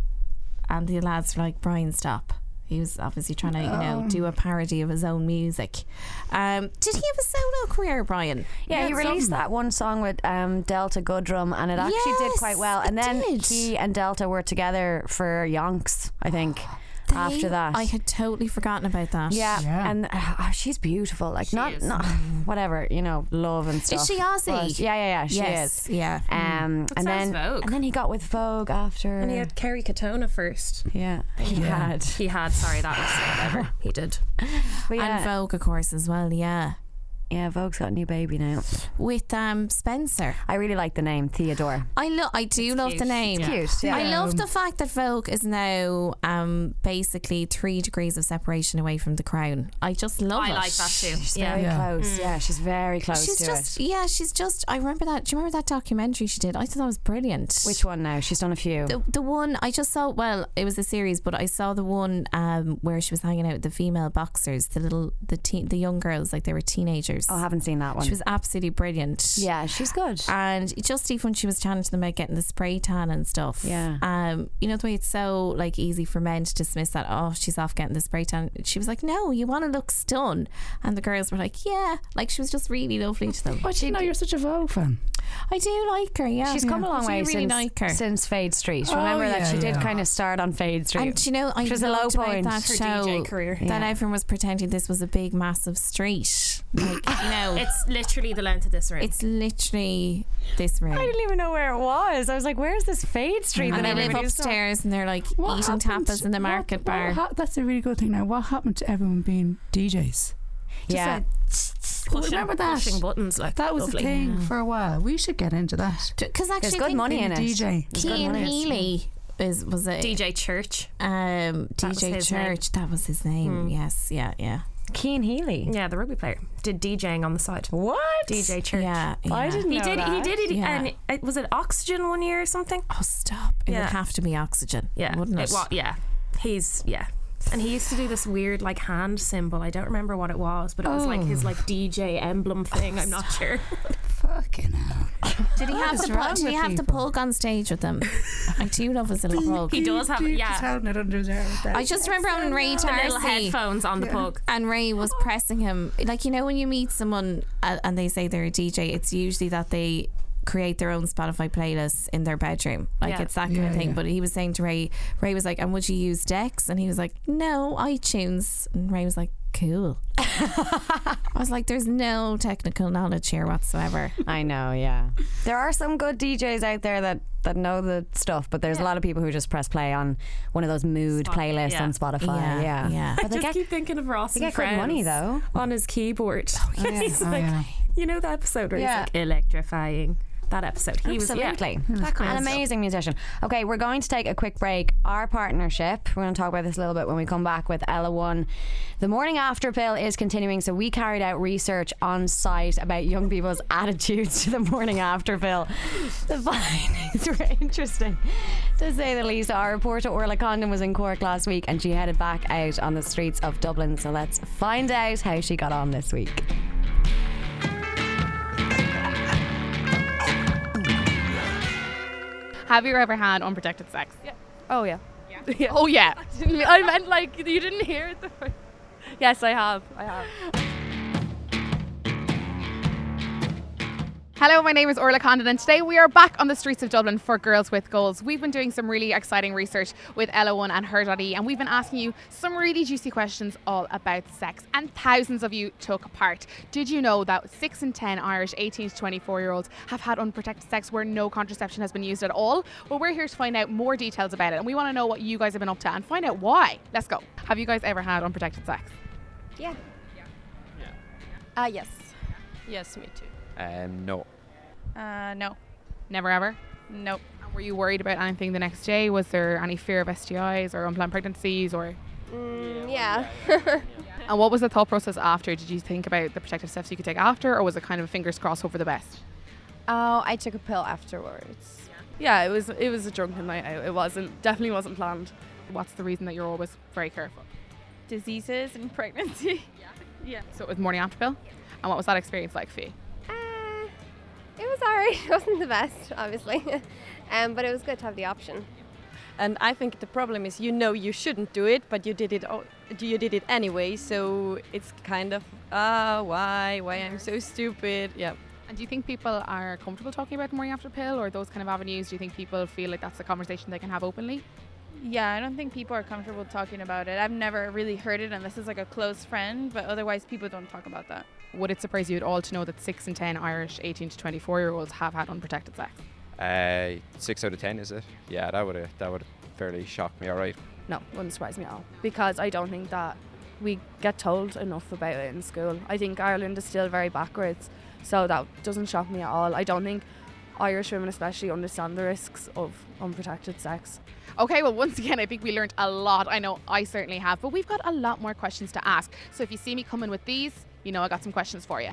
[SPEAKER 3] and the lads were like, "Brian, stop." He was obviously trying to, you know, do
[SPEAKER 1] Oh.
[SPEAKER 3] a parody of his own music. Um, did he have a solo career, Brian?
[SPEAKER 1] Yeah, he released that one song with um, Delta Goodrum, and it actually did
[SPEAKER 3] Yes,
[SPEAKER 1] quite well. And
[SPEAKER 3] it
[SPEAKER 1] then
[SPEAKER 3] did.
[SPEAKER 1] he and Delta were together for Yonks, I think.
[SPEAKER 3] They-
[SPEAKER 1] after that,
[SPEAKER 3] I had totally forgotten about that.
[SPEAKER 1] yeah.
[SPEAKER 4] Yeah.
[SPEAKER 1] and uh, she's beautiful. Like not
[SPEAKER 5] is.
[SPEAKER 1] not whatever you know, love and stuff.
[SPEAKER 3] is she Aussie?
[SPEAKER 1] But- yeah, yeah, yeah. She
[SPEAKER 3] yes, Mm.
[SPEAKER 1] is.
[SPEAKER 3] yeah.
[SPEAKER 1] Um, and
[SPEAKER 5] sounds
[SPEAKER 1] then
[SPEAKER 5] Vogue.
[SPEAKER 1] and then he got with Vogue after.
[SPEAKER 5] And he had Kerry Katona first.
[SPEAKER 1] yeah, he had.
[SPEAKER 5] He had, sorry, that was whatever. He did.
[SPEAKER 1] But yeah,
[SPEAKER 3] and Vogue, of course, as well. Yeah,
[SPEAKER 1] yeah, Vogue's got a new baby now.
[SPEAKER 3] with um Spencer.
[SPEAKER 1] I really like the name Theodore.
[SPEAKER 3] I love. I do love the
[SPEAKER 5] cute.
[SPEAKER 3] name.
[SPEAKER 5] It's
[SPEAKER 1] Cute. Yeah.
[SPEAKER 3] I love the fact that Vogue is now um, basically three degrees of separation away from the crown. I just love
[SPEAKER 5] I
[SPEAKER 3] it.
[SPEAKER 5] like that too.
[SPEAKER 1] She's
[SPEAKER 5] Yeah.
[SPEAKER 1] very
[SPEAKER 4] Yeah.
[SPEAKER 1] close. Yeah, she's very close
[SPEAKER 3] Mm. She's
[SPEAKER 1] to
[SPEAKER 3] just,
[SPEAKER 1] it.
[SPEAKER 3] yeah, she's just. I remember that. Do you remember that documentary she did? I thought that was brilliant.
[SPEAKER 1] Which one now? She's done a few.
[SPEAKER 3] the, the one I just saw, well, it was a series, but I saw the one um, where she was hanging out with the female boxers, the little, the teen, the young girls, like they were teenagers.
[SPEAKER 1] Oh, I haven't seen that one.
[SPEAKER 3] she was absolutely brilliant.
[SPEAKER 1] yeah, she's good.
[SPEAKER 3] And just even when she was chatting to them about getting the spray tan and stuff.
[SPEAKER 1] Yeah.
[SPEAKER 3] Um, you know the way it's so like easy for men to dismiss that, oh, she's off getting the spray tan. She was like, No, you wanna look stunned and the girls were like, Yeah. Like she was just really lovely to them.
[SPEAKER 4] But you know, you're such a Vogue fan.
[SPEAKER 3] I do like her, yeah.
[SPEAKER 1] She's come a long
[SPEAKER 3] I do
[SPEAKER 1] way
[SPEAKER 3] really
[SPEAKER 1] since,
[SPEAKER 3] like her.
[SPEAKER 1] since Fade Street. Remember
[SPEAKER 4] yeah,
[SPEAKER 1] that she did
[SPEAKER 4] yeah.
[SPEAKER 1] kind of start on Fade Street.
[SPEAKER 3] and do you know, I
[SPEAKER 1] Which was a low
[SPEAKER 3] loved about
[SPEAKER 1] point.
[SPEAKER 3] that
[SPEAKER 5] Her
[SPEAKER 3] show
[SPEAKER 5] DJ career.
[SPEAKER 3] that
[SPEAKER 1] Yeah.
[SPEAKER 3] everyone was pretending this was a big, massive street. Like, you know, it's,
[SPEAKER 5] It's literally the length of this room.
[SPEAKER 3] literally this room.
[SPEAKER 1] I didn't even know where it was. I was like, where's this Fade Street?
[SPEAKER 3] and
[SPEAKER 1] that
[SPEAKER 3] they live
[SPEAKER 1] everybody's on?
[SPEAKER 3] upstairs and they're like
[SPEAKER 4] What
[SPEAKER 3] eating
[SPEAKER 4] happened-
[SPEAKER 3] tapas in the
[SPEAKER 4] what-
[SPEAKER 3] market
[SPEAKER 4] what
[SPEAKER 3] bar.
[SPEAKER 4] hap- that's a really good thing now. What happened to everyone being DJs?
[SPEAKER 1] Yeah.
[SPEAKER 4] Just like,
[SPEAKER 5] pushing,
[SPEAKER 4] remember that?
[SPEAKER 5] pushing buttons like
[SPEAKER 4] That was
[SPEAKER 5] lovely.
[SPEAKER 4] a thing for a while. We should get into that.
[SPEAKER 3] Because actually,
[SPEAKER 1] There's
[SPEAKER 3] I
[SPEAKER 1] good
[SPEAKER 3] think
[SPEAKER 1] money
[SPEAKER 4] Being
[SPEAKER 1] in
[SPEAKER 4] a
[SPEAKER 1] it.
[SPEAKER 4] DJ.
[SPEAKER 3] Keane Healy is was it
[SPEAKER 5] DJ Church.
[SPEAKER 3] um, DJ
[SPEAKER 5] was his
[SPEAKER 3] Hmm. Church? That was his name. Yes, yeah, yeah.
[SPEAKER 1] Keen Healy.
[SPEAKER 5] Yeah, the rugby player did DJing on the side.
[SPEAKER 1] What?
[SPEAKER 5] DJ Church.
[SPEAKER 3] Yeah,
[SPEAKER 1] I
[SPEAKER 3] yeah.
[SPEAKER 1] didn't
[SPEAKER 5] He
[SPEAKER 1] know
[SPEAKER 5] did. He
[SPEAKER 1] that.
[SPEAKER 5] did it.
[SPEAKER 3] Yeah.
[SPEAKER 5] And it, was it Oxygen one year or something?
[SPEAKER 3] Oh, stop! It
[SPEAKER 5] Yeah.
[SPEAKER 3] would have to be oxygen.
[SPEAKER 5] Yeah,
[SPEAKER 3] wouldn't it?
[SPEAKER 5] wa- yeah, he's yeah. And he used to do this weird like hand symbol. I don't remember what it was, but it was like his like DJ emblem thing. I'm not sure.
[SPEAKER 4] Fucking hell.
[SPEAKER 3] Did he have
[SPEAKER 4] is
[SPEAKER 3] the
[SPEAKER 4] wrong
[SPEAKER 3] pu- did
[SPEAKER 4] with
[SPEAKER 3] he have the
[SPEAKER 4] people?
[SPEAKER 3] pug on stage with him? I do love his little pug.
[SPEAKER 5] He does have
[SPEAKER 4] Dude, Just
[SPEAKER 5] yeah.
[SPEAKER 4] holding it under his arm with that.
[SPEAKER 3] I just remember on Ray
[SPEAKER 5] The little
[SPEAKER 3] Tarsi.
[SPEAKER 5] headphones on the pug.
[SPEAKER 3] And Ray was pressing him. Like, you know, when you meet someone a- and they say they're a DJ, it's usually that they create their own Spotify playlists in their bedroom. Like,
[SPEAKER 5] Yeah.
[SPEAKER 3] it's that kind of
[SPEAKER 4] Yeah,
[SPEAKER 3] thing.
[SPEAKER 4] yeah.
[SPEAKER 3] But he was saying to Ray, Ray was like, and would you use Dex? And he was like, no, iTunes. And Ray was like, cool. I was like, there's no technical knowledge here whatsoever.
[SPEAKER 1] I know, yeah. There are some good DJs out there that that know the stuff, but there's a lot of people who just press play on one of those mood
[SPEAKER 5] Spot-
[SPEAKER 1] playlists
[SPEAKER 5] yeah.
[SPEAKER 1] on Spotify.
[SPEAKER 3] Yeah,
[SPEAKER 1] Yeah.
[SPEAKER 3] yeah.
[SPEAKER 1] But they
[SPEAKER 5] Just
[SPEAKER 1] get,
[SPEAKER 5] keep thinking of Ross.
[SPEAKER 1] they
[SPEAKER 5] and
[SPEAKER 1] get good money
[SPEAKER 5] Friends
[SPEAKER 1] though.
[SPEAKER 5] on his keyboard. He's
[SPEAKER 4] Oh,
[SPEAKER 5] like,
[SPEAKER 4] yeah.
[SPEAKER 5] you know that episode where
[SPEAKER 1] Yeah.
[SPEAKER 5] he's like electrifying. That episode. He was yeah.
[SPEAKER 1] Absolutely.
[SPEAKER 5] That kind
[SPEAKER 1] Hmm. An
[SPEAKER 5] of stuff.
[SPEAKER 1] amazing musician. Okay, we're going to take a quick break. Our partnership, we're going to talk about this a little bit when we come back with Ella One. The morning after pill is continuing, so we carried out research on site about young people's attitudes to the morning after pill. The findings were interesting, to say the least. Our reporter Orla Condon was in Cork last week and she headed back out on the streets of Dublin, so let's find out how she got on this week.
[SPEAKER 6] Have you ever had unprotected sex? Yeah.
[SPEAKER 7] Oh yeah.
[SPEAKER 6] Yeah. Oh yeah.
[SPEAKER 7] I meant like you didn't hear it. The yes, I have. I have.
[SPEAKER 6] Hello, my name is Orla Condon, and today we are back on the streets of Dublin for Girls with Goals. We've been doing some really exciting research with Ella1 and Her.E, and we've been asking you some really juicy questions all about sex, and thousands of you took part. Did you know that 6 in 10 Irish 18 to 24 year olds have had unprotected sex where no contraception has been used at all? Well, we're here to find out more details about it, and we want to know what you guys have been up to and find out why. Let's go. Have you guys ever had unprotected sex?
[SPEAKER 7] Yeah. Yeah. Uh, yes.
[SPEAKER 6] Yes, me too.
[SPEAKER 8] Um, no.
[SPEAKER 6] Uh, no. Never ever? Nope. And were you worried about anything the next day? Was there any fear of STIs or unplanned pregnancies or Mm,
[SPEAKER 7] yeah.
[SPEAKER 6] and what was the thought process after? Did you think about the protective steps you could take after or was it kind of fingers crossed hope for the best?
[SPEAKER 7] Oh, I took a pill afterwards.
[SPEAKER 9] Yeah, it was it was a drunken night out. It wasn't definitely wasn't planned.
[SPEAKER 6] What's the reason that you're always very careful?
[SPEAKER 9] Diseases and pregnancy.
[SPEAKER 6] So it was morning after pill? And what was that experience like for you?
[SPEAKER 7] Uh, it was alright. It wasn't the best, obviously, um, but it was good to have the option.
[SPEAKER 10] And I think the problem is you know you shouldn't do it, but you did it. o- You did it anyway, so it's kind of ah why why I'm so stupid. Yeah.
[SPEAKER 6] And do you think people are comfortable talking about the morning after pill or those kind of avenues? Do you think people feel like that's a conversation they can have openly?
[SPEAKER 9] Yeah, I don't think people are comfortable talking about it. I've never really heard it unless it's like a close friend, but otherwise people don't talk about that.
[SPEAKER 6] Would it surprise you at all to know that six in ten Irish eighteen to twenty four year olds have had unprotected sex?
[SPEAKER 8] Uh, six out of ten, is it? Yeah, that would have that would fairly shocked me. All right.
[SPEAKER 9] No, wouldn't surprise me at all because I don't think that we get told enough about it in school. I think Ireland is still very backwards, so that doesn't shock me at all. I don't think Irish women especially understand the risks of unprotected sex.
[SPEAKER 6] Okay, well, once again, I think we learned a lot. I know I certainly have, but we've got a lot more questions to ask. So if you see me coming with these, you know I got some questions for you.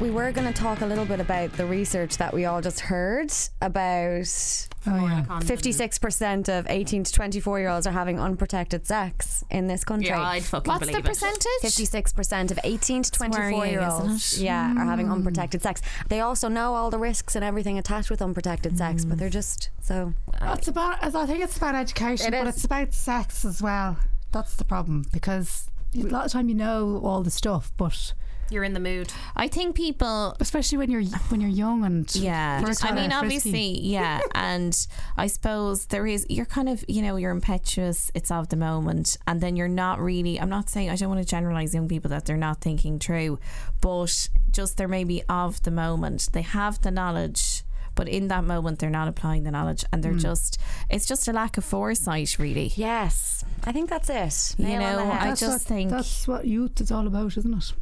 [SPEAKER 1] We were going to talk a little bit about the research that we all just heard about
[SPEAKER 4] Oh, yeah.
[SPEAKER 5] Condon.
[SPEAKER 1] 56% of 18 to 24 year olds are having unprotected sex in this country.
[SPEAKER 5] Yeah, I'd fucking
[SPEAKER 3] What's the
[SPEAKER 5] believe it.
[SPEAKER 3] percentage?
[SPEAKER 1] 56% of 18 to 24 year
[SPEAKER 3] worrying, Hmm.
[SPEAKER 1] olds
[SPEAKER 3] isn't
[SPEAKER 1] yeah are having unprotected sex. They also know all the risks and everything attached with unprotected sex, but they're
[SPEAKER 3] Hmm.
[SPEAKER 1] just so
[SPEAKER 3] uh,
[SPEAKER 4] Well, It's about. I think it's about education,
[SPEAKER 1] It
[SPEAKER 4] but
[SPEAKER 1] is.
[SPEAKER 4] it's about sex as well. That's the problem because a lot of time you know all the stuff, but
[SPEAKER 5] You're in the mood.
[SPEAKER 3] I think people
[SPEAKER 4] especially when you're when you're young and
[SPEAKER 3] Yeah,
[SPEAKER 4] versatile
[SPEAKER 3] I mean,
[SPEAKER 4] and frisky.
[SPEAKER 3] obviously, yeah, and I suppose there is. You're kind of, you know, you're impetuous. It's of the moment, and then you're not really. I'm not saying I don't want to generalize young people that they're not thinking through, but just they're maybe of the moment. They have the knowledge. But in that moment, they're not applying the knowledge, and they're just—it's just a lack of foresight, really.
[SPEAKER 1] yes. I think that's it.
[SPEAKER 3] You
[SPEAKER 1] Nail on the
[SPEAKER 3] know,
[SPEAKER 1] head.
[SPEAKER 3] I just
[SPEAKER 4] what,
[SPEAKER 3] think
[SPEAKER 4] that's what youth is all about, isn't it?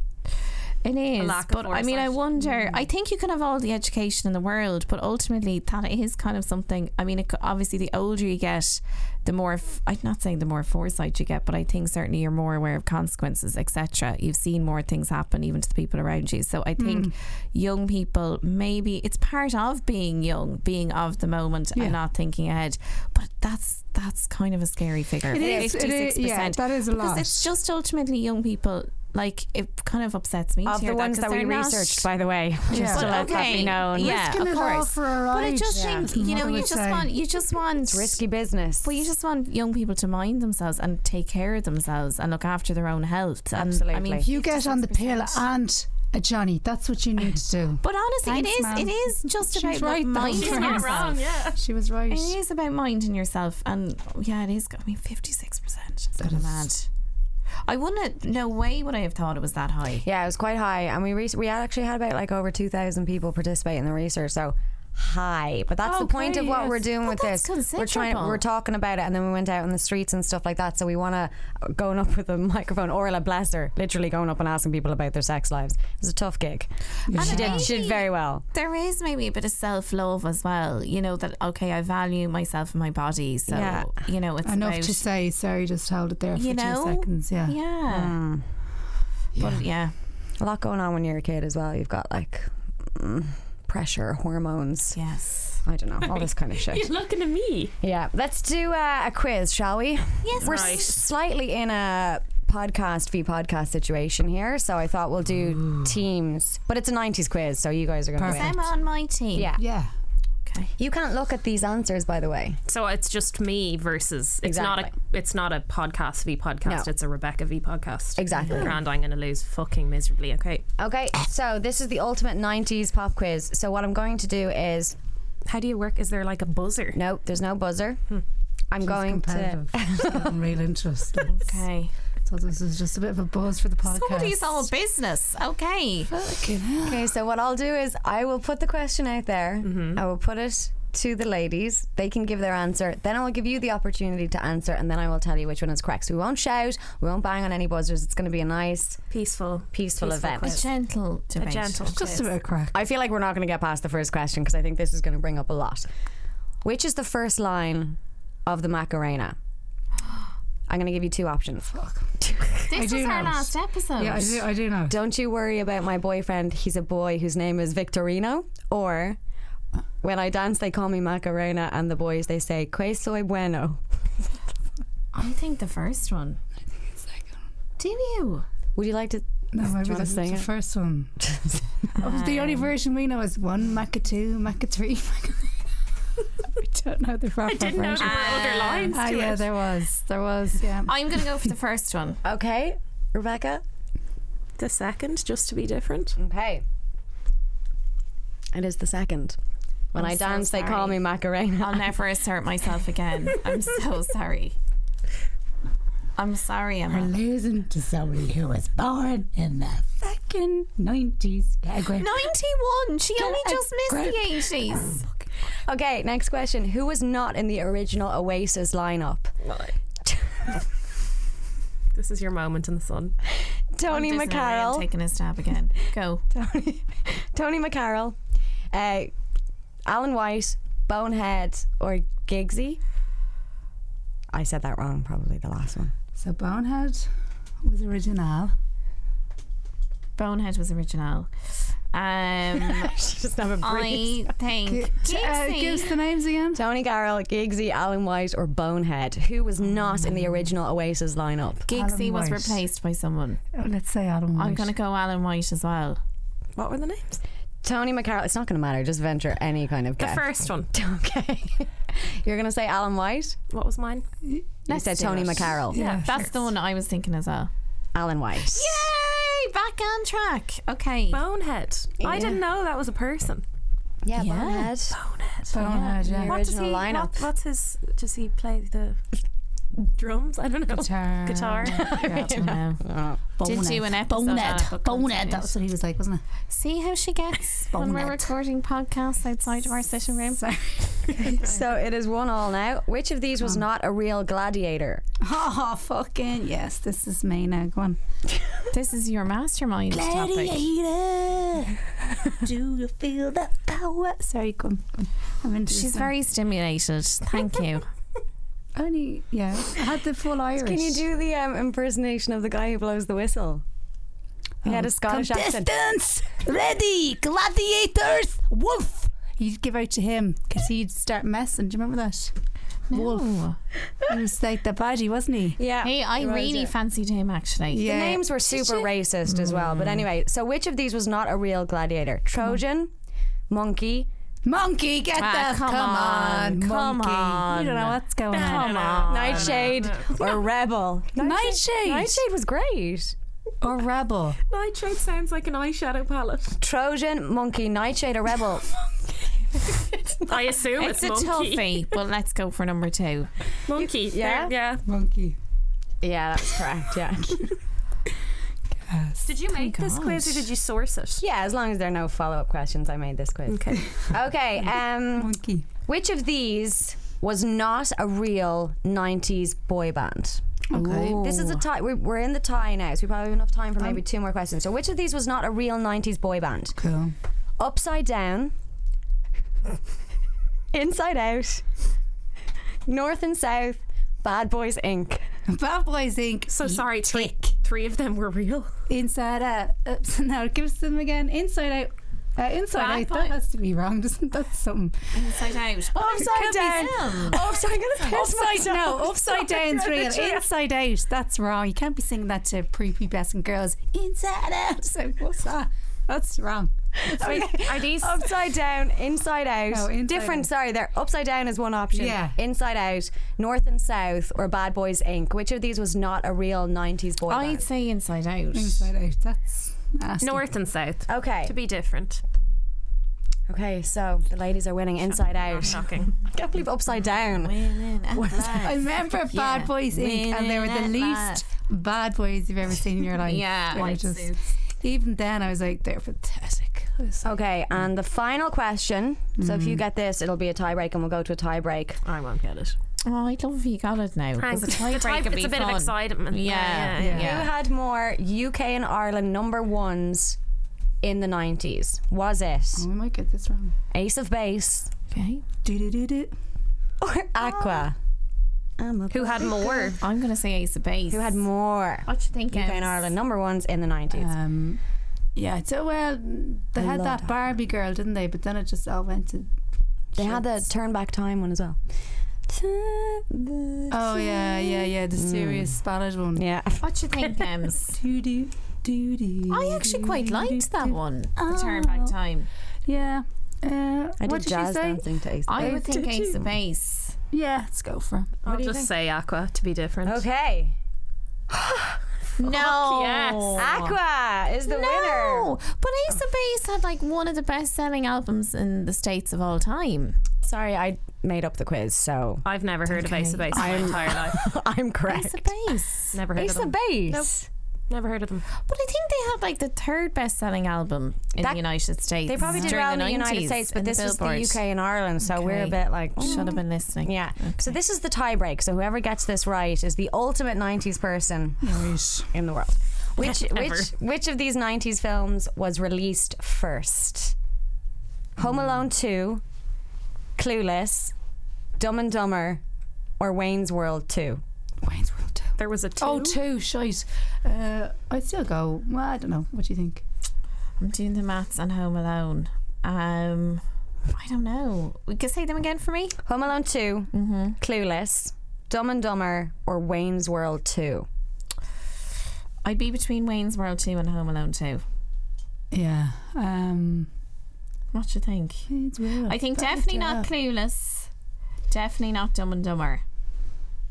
[SPEAKER 3] It is.
[SPEAKER 10] lack of
[SPEAKER 3] but I mean, I
[SPEAKER 10] foresight. Mm.
[SPEAKER 3] wonder. I think you can have all the education in the world, but ultimately, that is kind of something. I mean, it, co- obviously, the older you get, the more. F- I'm not saying the more foresight you get, but I think certainly you're more aware of consequences, etc. You've seen more things happen, even to the people around you. So I think
[SPEAKER 10] Mm.
[SPEAKER 3] young people, maybe it's part of being young, being of the moment
[SPEAKER 10] Yeah.
[SPEAKER 3] and not thinking ahead. But that's that's kind of a scary figure.
[SPEAKER 4] It is, it is, yeah,
[SPEAKER 3] 56%.
[SPEAKER 4] that is a
[SPEAKER 3] Because
[SPEAKER 4] lot.
[SPEAKER 3] It's just ultimately young people. Like it kind of upsets me
[SPEAKER 1] Of
[SPEAKER 3] to hear
[SPEAKER 1] the ones
[SPEAKER 3] 'cause
[SPEAKER 1] that we
[SPEAKER 3] they're not-
[SPEAKER 1] researched, by the way, just to
[SPEAKER 3] Yeah. But
[SPEAKER 1] let that
[SPEAKER 3] okay,
[SPEAKER 1] be known.
[SPEAKER 3] yeah, Risking of it all course. for a But I ride. just Yeah. think, you know, you just want- you just want
[SPEAKER 1] it's risky business.
[SPEAKER 3] Well, you just want young people to mind themselves and take care of themselves and look after their own health. And, I mean,
[SPEAKER 4] you get on the pill ah, and a Johnny. That's what you need to do.
[SPEAKER 3] But honestly, it
[SPEAKER 4] Thanks,
[SPEAKER 3] is.
[SPEAKER 4] ma'am.
[SPEAKER 3] It is just
[SPEAKER 4] She was
[SPEAKER 3] about
[SPEAKER 4] right,
[SPEAKER 3] right,
[SPEAKER 4] though.
[SPEAKER 3] minding
[SPEAKER 4] She's not
[SPEAKER 3] yourself.
[SPEAKER 4] wrong,
[SPEAKER 5] yeah,
[SPEAKER 4] she was right.
[SPEAKER 3] It is about minding yourself, and yeah, it is. I mean, fifty-six percent. It's kind of mad. I wouldn't. No way would I have thought it was that high.
[SPEAKER 1] Yeah, it was quite high, and we re- we had actually had about like over two thousand people participate in the research. So high, but that's the point of
[SPEAKER 3] Okay,
[SPEAKER 1] what
[SPEAKER 3] yes.
[SPEAKER 1] we're doing
[SPEAKER 3] But
[SPEAKER 1] with
[SPEAKER 3] Oh, that's
[SPEAKER 1] this. We're trying.
[SPEAKER 3] considerable.
[SPEAKER 1] We're talking about it, and then we went out on the streets and stuff like that. So we want to going up with a microphone. Orla, bless her, literally going up and asking people about their sex lives. It was a tough gig.
[SPEAKER 3] And
[SPEAKER 1] She
[SPEAKER 3] maybe
[SPEAKER 1] did. She did very well.
[SPEAKER 3] There is maybe a bit of self love as well. You know that okay, I value myself and my body. So
[SPEAKER 4] Yeah.
[SPEAKER 3] you know it's
[SPEAKER 4] Enough
[SPEAKER 3] about,
[SPEAKER 4] to say, sorry, just hold it there for
[SPEAKER 3] You know?
[SPEAKER 4] two seconds. Yeah.
[SPEAKER 3] Yeah.
[SPEAKER 1] Mm.
[SPEAKER 3] But yeah,
[SPEAKER 1] a lot going on when you're a kid as well. You've got like mm, pressure, hormones.
[SPEAKER 3] Yes,
[SPEAKER 1] I don't know all this kind of shit.
[SPEAKER 5] You're looking at me.
[SPEAKER 1] Yeah, let's do uh, a quiz, shall we?
[SPEAKER 5] Yes,
[SPEAKER 1] we're
[SPEAKER 5] Right.
[SPEAKER 1] s- slightly in a podcast v podcast situation here, so I thought we'll do teams, but it's a '90s quiz, so you guys are going to win.
[SPEAKER 3] I'm on my team.
[SPEAKER 1] Yeah,
[SPEAKER 4] yeah.
[SPEAKER 3] Okay.
[SPEAKER 1] You can't look at these answers, by the way.
[SPEAKER 5] So it's just me versus. It's not a. It's not a podcast v podcast.
[SPEAKER 1] No.
[SPEAKER 5] It's a Rebecca v podcast.
[SPEAKER 1] Exactly.
[SPEAKER 5] Grand, I'm going to lose fucking miserably. Okay.
[SPEAKER 1] Okay, so this is the ultimate '90s pop quiz. So what I'm going to do is,
[SPEAKER 5] how do you work? Is there like a buzzer?
[SPEAKER 1] No, there's no buzzer. I'm going to.
[SPEAKER 4] I'm real interested.
[SPEAKER 3] Okay.
[SPEAKER 4] So this is just a bit of a buzz for the podcast.
[SPEAKER 3] Somebody's all business. Okay.
[SPEAKER 1] Okay, so what I'll do is I will put the question out there. I will put it to the ladies. They can give their answer. Then I will give you the opportunity to answer, and then I will tell you which one is correct. So we won't shout. We won't bang on any buzzers. It's going to be a nice,
[SPEAKER 5] peaceful,
[SPEAKER 1] peaceful,
[SPEAKER 5] peaceful
[SPEAKER 1] event.
[SPEAKER 5] quiz.
[SPEAKER 3] A gentle debate.
[SPEAKER 5] gentle Just quiz. a bit
[SPEAKER 4] of crack.
[SPEAKER 1] I feel like we're not going to get past the first question because I think this is going to bring up a lot. Which is the first line of the Macarena? I'm going to give you two options.
[SPEAKER 4] I
[SPEAKER 3] This
[SPEAKER 4] do
[SPEAKER 3] was our
[SPEAKER 4] know it.
[SPEAKER 3] last episode.
[SPEAKER 4] Yeah, I do. I do know.
[SPEAKER 1] Don't you worry about my boyfriend. He's a boy whose name is Victorino. Or when I dance, they call me Macarena, and the boys they say Que soy bueno.
[SPEAKER 3] I think the first one. Do you?
[SPEAKER 1] Would you like to?
[SPEAKER 4] No,
[SPEAKER 1] do
[SPEAKER 4] maybe
[SPEAKER 1] you want to
[SPEAKER 4] that's
[SPEAKER 1] sing
[SPEAKER 4] the
[SPEAKER 1] it?
[SPEAKER 4] first one. Of the
[SPEAKER 3] Um,
[SPEAKER 4] only version we know is one Maca two, Maca three. Maca I don't know the proper
[SPEAKER 5] didn't know
[SPEAKER 4] version.
[SPEAKER 5] there were other lines
[SPEAKER 4] Ah,
[SPEAKER 5] to
[SPEAKER 4] yeah,
[SPEAKER 5] it.
[SPEAKER 4] there was, there was, yeah.
[SPEAKER 3] Uh, I'm going to go for the first one.
[SPEAKER 1] Okay, Rebecca.
[SPEAKER 5] The second, just to be different.
[SPEAKER 1] Okay. It is the second. When
[SPEAKER 3] I'm
[SPEAKER 1] i
[SPEAKER 3] so
[SPEAKER 1] dance, they call
[SPEAKER 3] sorry.
[SPEAKER 1] me Macarena.
[SPEAKER 3] I'll never assert myself again. I'm so sorry. I'm sorry,
[SPEAKER 4] We're
[SPEAKER 3] Emma.
[SPEAKER 4] losing to somebody who was born in the fucking nineties. Get a grip.
[SPEAKER 3] 91. She only
[SPEAKER 4] a
[SPEAKER 3] just
[SPEAKER 4] grip.
[SPEAKER 3] missed the 80s.
[SPEAKER 1] Okay, next question. Who was not in the original Oasis lineup?
[SPEAKER 5] This is your moment in the sun.
[SPEAKER 1] Tony
[SPEAKER 3] I'm just in a way I'm
[SPEAKER 1] McCarroll.
[SPEAKER 3] taking a stab again. Go.
[SPEAKER 1] Tony, Tony McCarroll, uh, Alan White, Bonehead, or Giggsy? I said that wrong, probably the last one.
[SPEAKER 4] So Bonehead was original.
[SPEAKER 3] Bonehead was original. Um,
[SPEAKER 1] she just never
[SPEAKER 3] I think.
[SPEAKER 4] Uh,
[SPEAKER 3] Gypsy.
[SPEAKER 4] give us the names again.
[SPEAKER 1] Tony Garrell, Giggsy, Alan White, or Bonehead? Who was not in the original Oasis lineup?
[SPEAKER 3] Giggsy
[SPEAKER 4] Alan
[SPEAKER 3] was
[SPEAKER 4] White.
[SPEAKER 3] replaced by someone.
[SPEAKER 4] Oh, let's say Adam.
[SPEAKER 3] I'm going to go Alan White as well.
[SPEAKER 5] What were the names?
[SPEAKER 1] Tony McCarroll. It's not going to matter. Just venture any kind of
[SPEAKER 5] The
[SPEAKER 1] guess.
[SPEAKER 5] first one.
[SPEAKER 1] Okay. You're going to say Alan White?
[SPEAKER 5] What was mine?
[SPEAKER 1] You
[SPEAKER 3] Let's
[SPEAKER 1] said
[SPEAKER 3] do
[SPEAKER 1] Tony
[SPEAKER 3] it.
[SPEAKER 1] McCarroll.
[SPEAKER 4] Yeah.
[SPEAKER 3] That's the one I was thinking as well.
[SPEAKER 1] Alan White.
[SPEAKER 3] Yay! Back on track. Okay.
[SPEAKER 5] Bonehead. I
[SPEAKER 1] Yeah.
[SPEAKER 5] didn't know that was a person.
[SPEAKER 1] Yeah,
[SPEAKER 3] Yeah.
[SPEAKER 1] Bonehead.
[SPEAKER 5] Bonehead.
[SPEAKER 4] Bonehead. Yeah.
[SPEAKER 1] Original
[SPEAKER 5] what does he,
[SPEAKER 1] lineup.
[SPEAKER 5] What, what's his? Does he play the? drums. I don't know. Guitar. Guitar. I don't know.
[SPEAKER 4] Bonehead.
[SPEAKER 3] Did you an episode Ah, Oh, on
[SPEAKER 4] Bonehead.
[SPEAKER 3] it, but couldn't
[SPEAKER 4] Bonehead.
[SPEAKER 3] do
[SPEAKER 4] That's what he was like, wasn't
[SPEAKER 3] See how she gets when we're
[SPEAKER 4] Bonnet.
[SPEAKER 3] recording podcasts outside of our sitting room.
[SPEAKER 1] so it is one all now. Which of these was not a real gladiator?
[SPEAKER 4] it? Oh, fucking yes. This is me now. Go on.
[SPEAKER 3] this is your mastermind topic.
[SPEAKER 4] Gladiator. Do you feel that power? Sorry, go on. go on. I'm into this
[SPEAKER 3] She's
[SPEAKER 4] now.
[SPEAKER 3] very stimulated. Thank you.
[SPEAKER 4] Only, yeah. I had the full Irish.
[SPEAKER 1] Can you do the um, impersonation of the guy who blows the whistle? He had a Scottish accent.
[SPEAKER 4] Contestants, ready, gladiators, wolf. You'd give out to him because he'd start messing. Do you remember that? Wolf. He was like the baddie, wasn't he?
[SPEAKER 1] Yeah.
[SPEAKER 3] Hey, I
[SPEAKER 1] was
[SPEAKER 3] really
[SPEAKER 1] it.
[SPEAKER 3] fancied him actually.
[SPEAKER 1] The
[SPEAKER 4] Yeah.
[SPEAKER 1] names were super racist as well. But anyway, so which of these was not a real gladiator? Trojan, monkey.
[SPEAKER 4] Monkey, get
[SPEAKER 3] Ah,
[SPEAKER 4] that.
[SPEAKER 3] come on, come
[SPEAKER 4] monkey.
[SPEAKER 3] on.
[SPEAKER 4] You don't know what's going on.
[SPEAKER 3] Come on.
[SPEAKER 1] Nightshade or Rebel?
[SPEAKER 4] Nightshade.
[SPEAKER 1] Nightshade was great.
[SPEAKER 4] Or rebel.
[SPEAKER 5] Nightshade sounds like an eyeshadow palette.
[SPEAKER 1] Trojan, monkey, Nightshade or Rebel?
[SPEAKER 5] I assume
[SPEAKER 3] It's
[SPEAKER 5] it's,
[SPEAKER 3] a
[SPEAKER 5] monkey.
[SPEAKER 3] toughie, but let's go for number two.
[SPEAKER 5] Monkey.
[SPEAKER 1] Yeah?
[SPEAKER 5] Yeah.
[SPEAKER 4] Monkey.
[SPEAKER 1] yeah, that's correct. Yeah.
[SPEAKER 5] Did you make this quiz or did you source it?
[SPEAKER 1] yeah, as long as there are no follow up questions, I made this quiz.
[SPEAKER 5] Okay.
[SPEAKER 1] Okay. Um,
[SPEAKER 4] Monkey.
[SPEAKER 1] which of these was not a real 90s boy band?
[SPEAKER 4] Okay.
[SPEAKER 1] This is a tie. We're, we're in the tie now, so we probably have enough time for maybe two more questions. So, which of these was not a real 90s boy band?
[SPEAKER 4] Cool.
[SPEAKER 1] Upside Down, Inside Out, North and South, Bad Boys Inc.
[SPEAKER 4] Bad Boys Inc.
[SPEAKER 5] So
[SPEAKER 4] Ye-
[SPEAKER 5] sorry, three, three of them were real.
[SPEAKER 4] Inside out. Oops, no, give us them again. Inside out. Uh, inside
[SPEAKER 3] Bad
[SPEAKER 4] out.
[SPEAKER 3] boy-
[SPEAKER 4] That has to be wrong, doesn't that? Something.
[SPEAKER 3] Inside out.
[SPEAKER 1] Upside Down. Oh, sorry, I'm gonna piss
[SPEAKER 4] Upside,
[SPEAKER 1] myself.
[SPEAKER 4] no, upside down's real. Inside out, that's wrong. You can't be singing that to prepubescent girls. Inside out. So what's that? That's wrong.
[SPEAKER 5] Are these?
[SPEAKER 1] Upside down, Oh, inside out.
[SPEAKER 4] No, Inside
[SPEAKER 1] Different,
[SPEAKER 4] Out.
[SPEAKER 1] sorry, there. Upside down is one option.
[SPEAKER 4] Yeah.
[SPEAKER 1] Inside out, North and South, or Bad Boys Inc. Which of these was not a real 90s boy
[SPEAKER 3] I'd
[SPEAKER 1] band?
[SPEAKER 3] say inside out.
[SPEAKER 4] Inside out. That's nasty.
[SPEAKER 5] North and south.
[SPEAKER 1] Okay.
[SPEAKER 5] To be different.
[SPEAKER 1] Okay, so the ladies are winning inside out.
[SPEAKER 5] Shocking.
[SPEAKER 1] I can't believe upside down.
[SPEAKER 3] Winning at
[SPEAKER 4] I
[SPEAKER 3] life.
[SPEAKER 4] remember Bad Boys Inc. and they were the
[SPEAKER 3] Winning at
[SPEAKER 4] least bad boys you've ever seen in your life.
[SPEAKER 3] Yeah.
[SPEAKER 4] They were just, even then, I was like, they're pathetic. I was like,
[SPEAKER 1] Okay, and the final question. So if you get this, it'll be a tie break and we'll go to a tie break.
[SPEAKER 5] I won't get it.
[SPEAKER 3] Oh, I love you got it now. 'cause
[SPEAKER 5] Thanks.
[SPEAKER 3] a tie
[SPEAKER 5] The
[SPEAKER 3] break
[SPEAKER 5] tie-
[SPEAKER 3] would
[SPEAKER 5] it's
[SPEAKER 3] be
[SPEAKER 5] a bit
[SPEAKER 3] fun.
[SPEAKER 5] of excitement.
[SPEAKER 3] Yeah,
[SPEAKER 5] yeah.
[SPEAKER 3] yeah.
[SPEAKER 1] Who had more UK and Ireland number ones in the 90s? Was it
[SPEAKER 4] oh, we might get this wrong.
[SPEAKER 1] Ace of Base
[SPEAKER 3] Okay,
[SPEAKER 4] Do do do do.
[SPEAKER 1] or Aqua? I'm a
[SPEAKER 5] Who had more?
[SPEAKER 3] I'm gonna say Ace of Base.
[SPEAKER 1] Who had more
[SPEAKER 3] What you think?
[SPEAKER 1] UK and Ireland number ones in the 90s?
[SPEAKER 4] Um, yeah, so well, they
[SPEAKER 1] I
[SPEAKER 4] had
[SPEAKER 1] love
[SPEAKER 4] that
[SPEAKER 1] that.
[SPEAKER 4] Barbie girl, didn't they? But then it just all went to.
[SPEAKER 1] they had the Turn Back Time one as well.
[SPEAKER 4] Oh yeah, yeah, yeah, the serious Spanish one.
[SPEAKER 1] Yeah.
[SPEAKER 3] What you think, Ems?
[SPEAKER 4] Doody, doody.
[SPEAKER 3] I actually quite liked that one. The turn
[SPEAKER 4] Oh.
[SPEAKER 3] back time.
[SPEAKER 4] Yeah. Uh,
[SPEAKER 1] I
[SPEAKER 4] what
[SPEAKER 1] did
[SPEAKER 4] did you
[SPEAKER 1] jazz
[SPEAKER 4] say? Oh,
[SPEAKER 1] dancing to Ace of
[SPEAKER 3] I
[SPEAKER 1] Base.
[SPEAKER 3] would think Ace of Base.
[SPEAKER 4] Yeah, let's go for. it.
[SPEAKER 5] I'll just say Aqua to be different.
[SPEAKER 1] Okay.
[SPEAKER 3] No.
[SPEAKER 5] yes.
[SPEAKER 1] Oh. Aqua is the winner.
[SPEAKER 3] No, but Ace of Base had like one of the best-selling albums in the states of all time.
[SPEAKER 1] Sorry, I made up the quiz, so
[SPEAKER 5] I've never heard of Ace of Base in my entire life.
[SPEAKER 1] I'm
[SPEAKER 3] Ace
[SPEAKER 1] correct.
[SPEAKER 3] of Base.
[SPEAKER 5] Never heard
[SPEAKER 1] Ace
[SPEAKER 5] of them.
[SPEAKER 1] of Base.
[SPEAKER 5] Never heard of them.
[SPEAKER 3] But I think they had like the third best-selling album in
[SPEAKER 1] That-
[SPEAKER 3] the United States.
[SPEAKER 1] They probably did
[SPEAKER 3] during
[SPEAKER 1] well in the
[SPEAKER 3] 90s
[SPEAKER 1] United States, but
[SPEAKER 3] in
[SPEAKER 1] this was the
[SPEAKER 3] Billboard.
[SPEAKER 1] UK and Ireland, so we're a
[SPEAKER 3] Okay. Mm.
[SPEAKER 1] bit like. "Mm,
[SPEAKER 3] Should have been listening.
[SPEAKER 1] Yeah. So this is the tie break. So whoever gets this right is the ultimate 90s person in the world. Which
[SPEAKER 5] Ever.
[SPEAKER 1] which which of these 90s films was released first? Home Alone 2, Clueless, Dumb and Dumber, or Wayne's World 2?
[SPEAKER 4] Wayne's World two.
[SPEAKER 5] There was a two.
[SPEAKER 4] Oh, two, shite. Uh, I'd still go. Well, I don't know. What do you think?
[SPEAKER 3] I'm doing the maths on Home Alone. Um, I don't know. We could say them again for me.
[SPEAKER 1] Home Alone 2, Clueless, Dumb and Dumber, or Wayne's World 2?
[SPEAKER 3] I'd be between Wayne's World Two and Home Alone Two.
[SPEAKER 4] Yeah. Um,
[SPEAKER 3] What do you think?
[SPEAKER 4] Wayne's World.
[SPEAKER 3] I think
[SPEAKER 4] Bad
[SPEAKER 3] definitely not
[SPEAKER 4] job.
[SPEAKER 3] Clueless. Definitely not Dumb and Dumber.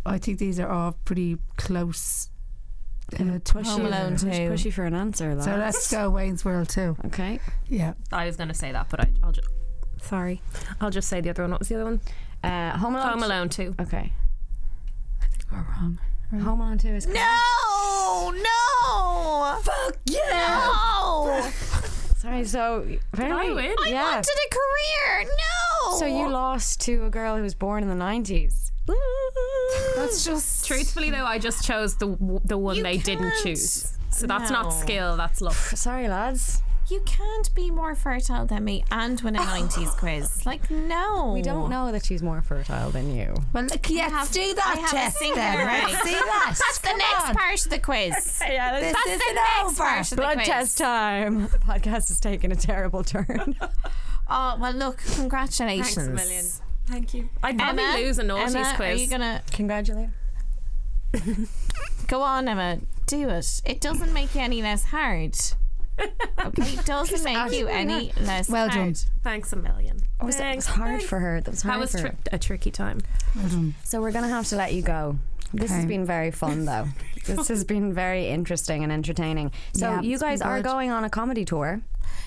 [SPEAKER 4] I think these are all pretty close. Uh,
[SPEAKER 3] Home Alone Two.
[SPEAKER 1] Pushy for an answer,
[SPEAKER 4] So let's go Wayne's World too.
[SPEAKER 1] Okay.
[SPEAKER 4] Yeah.
[SPEAKER 5] I was going to say that, but I, I'll just. Sorry. I'll just say the other one. What was the other one?
[SPEAKER 1] Uh, Home Alone.
[SPEAKER 5] Home Alone 2.
[SPEAKER 1] Okay.
[SPEAKER 4] We're wrong.
[SPEAKER 1] Home Alone 2 is
[SPEAKER 3] No, no.
[SPEAKER 4] Fuck you.
[SPEAKER 3] No.
[SPEAKER 1] Sorry, so apparently,
[SPEAKER 5] win?
[SPEAKER 3] I
[SPEAKER 1] yeah.
[SPEAKER 3] wanted a career. No.
[SPEAKER 1] So you lost to a girl who was born in the 90s.
[SPEAKER 3] That's just
[SPEAKER 5] Truthfully, though, I just chose the w- the one
[SPEAKER 3] You
[SPEAKER 5] they didn't
[SPEAKER 3] can't.
[SPEAKER 5] choose. So that's not
[SPEAKER 3] No.
[SPEAKER 5] skill. That's luck.
[SPEAKER 1] Sorry, lads.
[SPEAKER 3] You can't be more fertile than me and win a 90s quiz. Like, no.
[SPEAKER 1] We don't know that she's more fertile than you.
[SPEAKER 4] Well, look, yes,
[SPEAKER 3] have-
[SPEAKER 4] do
[SPEAKER 3] I
[SPEAKER 4] that
[SPEAKER 3] have a
[SPEAKER 4] test
[SPEAKER 3] singer,
[SPEAKER 4] then.
[SPEAKER 3] right?
[SPEAKER 4] Let's see that.
[SPEAKER 3] That's the
[SPEAKER 4] Come
[SPEAKER 3] next
[SPEAKER 4] on.
[SPEAKER 3] part of the quiz.
[SPEAKER 1] Yeah, let's
[SPEAKER 3] That's
[SPEAKER 4] This
[SPEAKER 3] the
[SPEAKER 4] isn't
[SPEAKER 3] next
[SPEAKER 4] over.
[SPEAKER 3] part of the
[SPEAKER 1] blood
[SPEAKER 3] quiz.
[SPEAKER 1] test time. The podcast has taken a terrible turn.
[SPEAKER 3] Oh, well, look, congratulations.
[SPEAKER 5] Thank you. I'd probably
[SPEAKER 3] Emma,
[SPEAKER 5] lose a naughties
[SPEAKER 3] Emma,
[SPEAKER 5] quiz.
[SPEAKER 3] Are you going to
[SPEAKER 1] Congratulations.
[SPEAKER 3] go on, Emma? Do it. It doesn't make you any less hard. Okay, it doesn't make you any less
[SPEAKER 4] Well
[SPEAKER 3] hard.
[SPEAKER 4] done.
[SPEAKER 5] Thanks a million.
[SPEAKER 1] It was, Oh, that was hard for her. That was hard
[SPEAKER 5] That was
[SPEAKER 1] for
[SPEAKER 5] tri-
[SPEAKER 1] her.
[SPEAKER 5] a tricky time.
[SPEAKER 1] So we're going to have to let you go. This has
[SPEAKER 4] Okay.
[SPEAKER 1] been very fun, though. this has been very interesting and entertaining. So
[SPEAKER 4] Yeah,
[SPEAKER 1] you
[SPEAKER 4] it's been
[SPEAKER 1] guys are
[SPEAKER 4] good.
[SPEAKER 1] going on a comedy tour,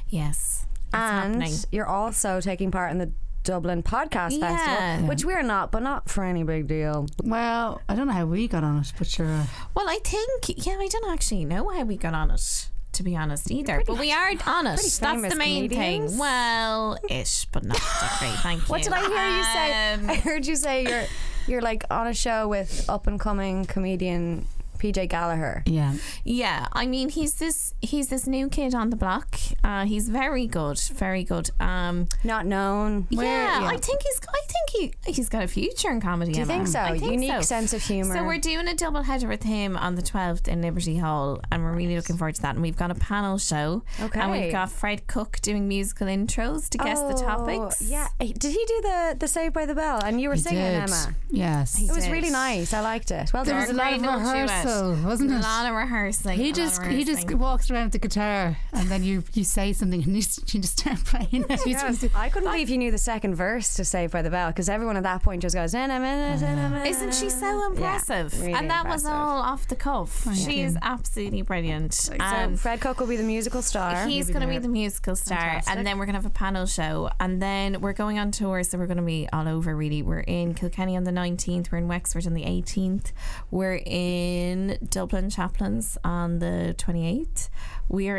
[SPEAKER 3] Yes. It's
[SPEAKER 1] and
[SPEAKER 3] happening.
[SPEAKER 1] you're also taking part in the Dublin Podcast
[SPEAKER 3] Yeah.
[SPEAKER 1] Festival, which we're not, but not for any big deal.
[SPEAKER 4] Well, I don't know how we got on it, but sure.
[SPEAKER 3] Well, I think, yeah, I don't actually know how we got on it, to be honest either. but we are on it. That's
[SPEAKER 1] famous
[SPEAKER 3] the main
[SPEAKER 1] comedians.
[SPEAKER 3] thing. Well, ish, but not that great. Thank you.
[SPEAKER 1] What did I hear you say?
[SPEAKER 3] Um,
[SPEAKER 1] I heard you say you're you're like on a show with up and coming comedian PJ Gallagher.
[SPEAKER 4] Yeah.
[SPEAKER 3] Yeah, I mean he's this he's this new kid on the block. Uh, he's very good, very good. Um,
[SPEAKER 1] Not known.
[SPEAKER 3] yeah, I think he's I think he he's got a future in comedy.
[SPEAKER 1] Do you
[SPEAKER 3] Emma.
[SPEAKER 1] think so?
[SPEAKER 3] I think
[SPEAKER 1] Unique
[SPEAKER 3] so.
[SPEAKER 1] sense of humor.
[SPEAKER 3] So we're doing a double header with him on the 12th in Liberty Hall, and we're really looking forward to that. And we've got a panel show, and
[SPEAKER 1] Okay.
[SPEAKER 3] we've got Fred Cook doing musical intros to guess the
[SPEAKER 1] Oh,
[SPEAKER 3] topics.
[SPEAKER 1] Yeah. Hey, Did he do the the Save by the Bell? And you were
[SPEAKER 4] He
[SPEAKER 1] singing
[SPEAKER 4] did.
[SPEAKER 1] Emma.
[SPEAKER 4] Yes.
[SPEAKER 1] It was
[SPEAKER 3] did.
[SPEAKER 1] really nice. I liked it. Well
[SPEAKER 4] there was a
[SPEAKER 1] done.
[SPEAKER 4] lot of
[SPEAKER 3] Cradle Duet.
[SPEAKER 4] rehearsal, wasn't
[SPEAKER 3] a
[SPEAKER 4] it?
[SPEAKER 3] lot of rehearsing. a lot
[SPEAKER 4] He
[SPEAKER 3] of
[SPEAKER 4] just he just
[SPEAKER 3] rehearsing.
[SPEAKER 4] walks around with the guitar and then you you say something and you just, you just start playing. it. You just-
[SPEAKER 1] I couldn't believe you knew the second verse to Save by the Bell because everyone at that point just goes, "Na, na, na, na, na, na."
[SPEAKER 3] Isn't she so impressive?
[SPEAKER 1] really
[SPEAKER 3] and that was
[SPEAKER 1] impressive.
[SPEAKER 3] all off the cuff.
[SPEAKER 4] Thank
[SPEAKER 3] she
[SPEAKER 4] you.
[SPEAKER 3] is absolutely brilliant.
[SPEAKER 1] So
[SPEAKER 3] Um,
[SPEAKER 1] Fred Cook will be the musical star.
[SPEAKER 3] he's going to be the musical star, and then we're going to have a panel show, and then we're going on tour. So we're going to be all over. Really, we're in Kilkenny on the nineteenth. We're in Wexford on the eighteenth. We're in Dublin Chaplains on the twenty eighth. We're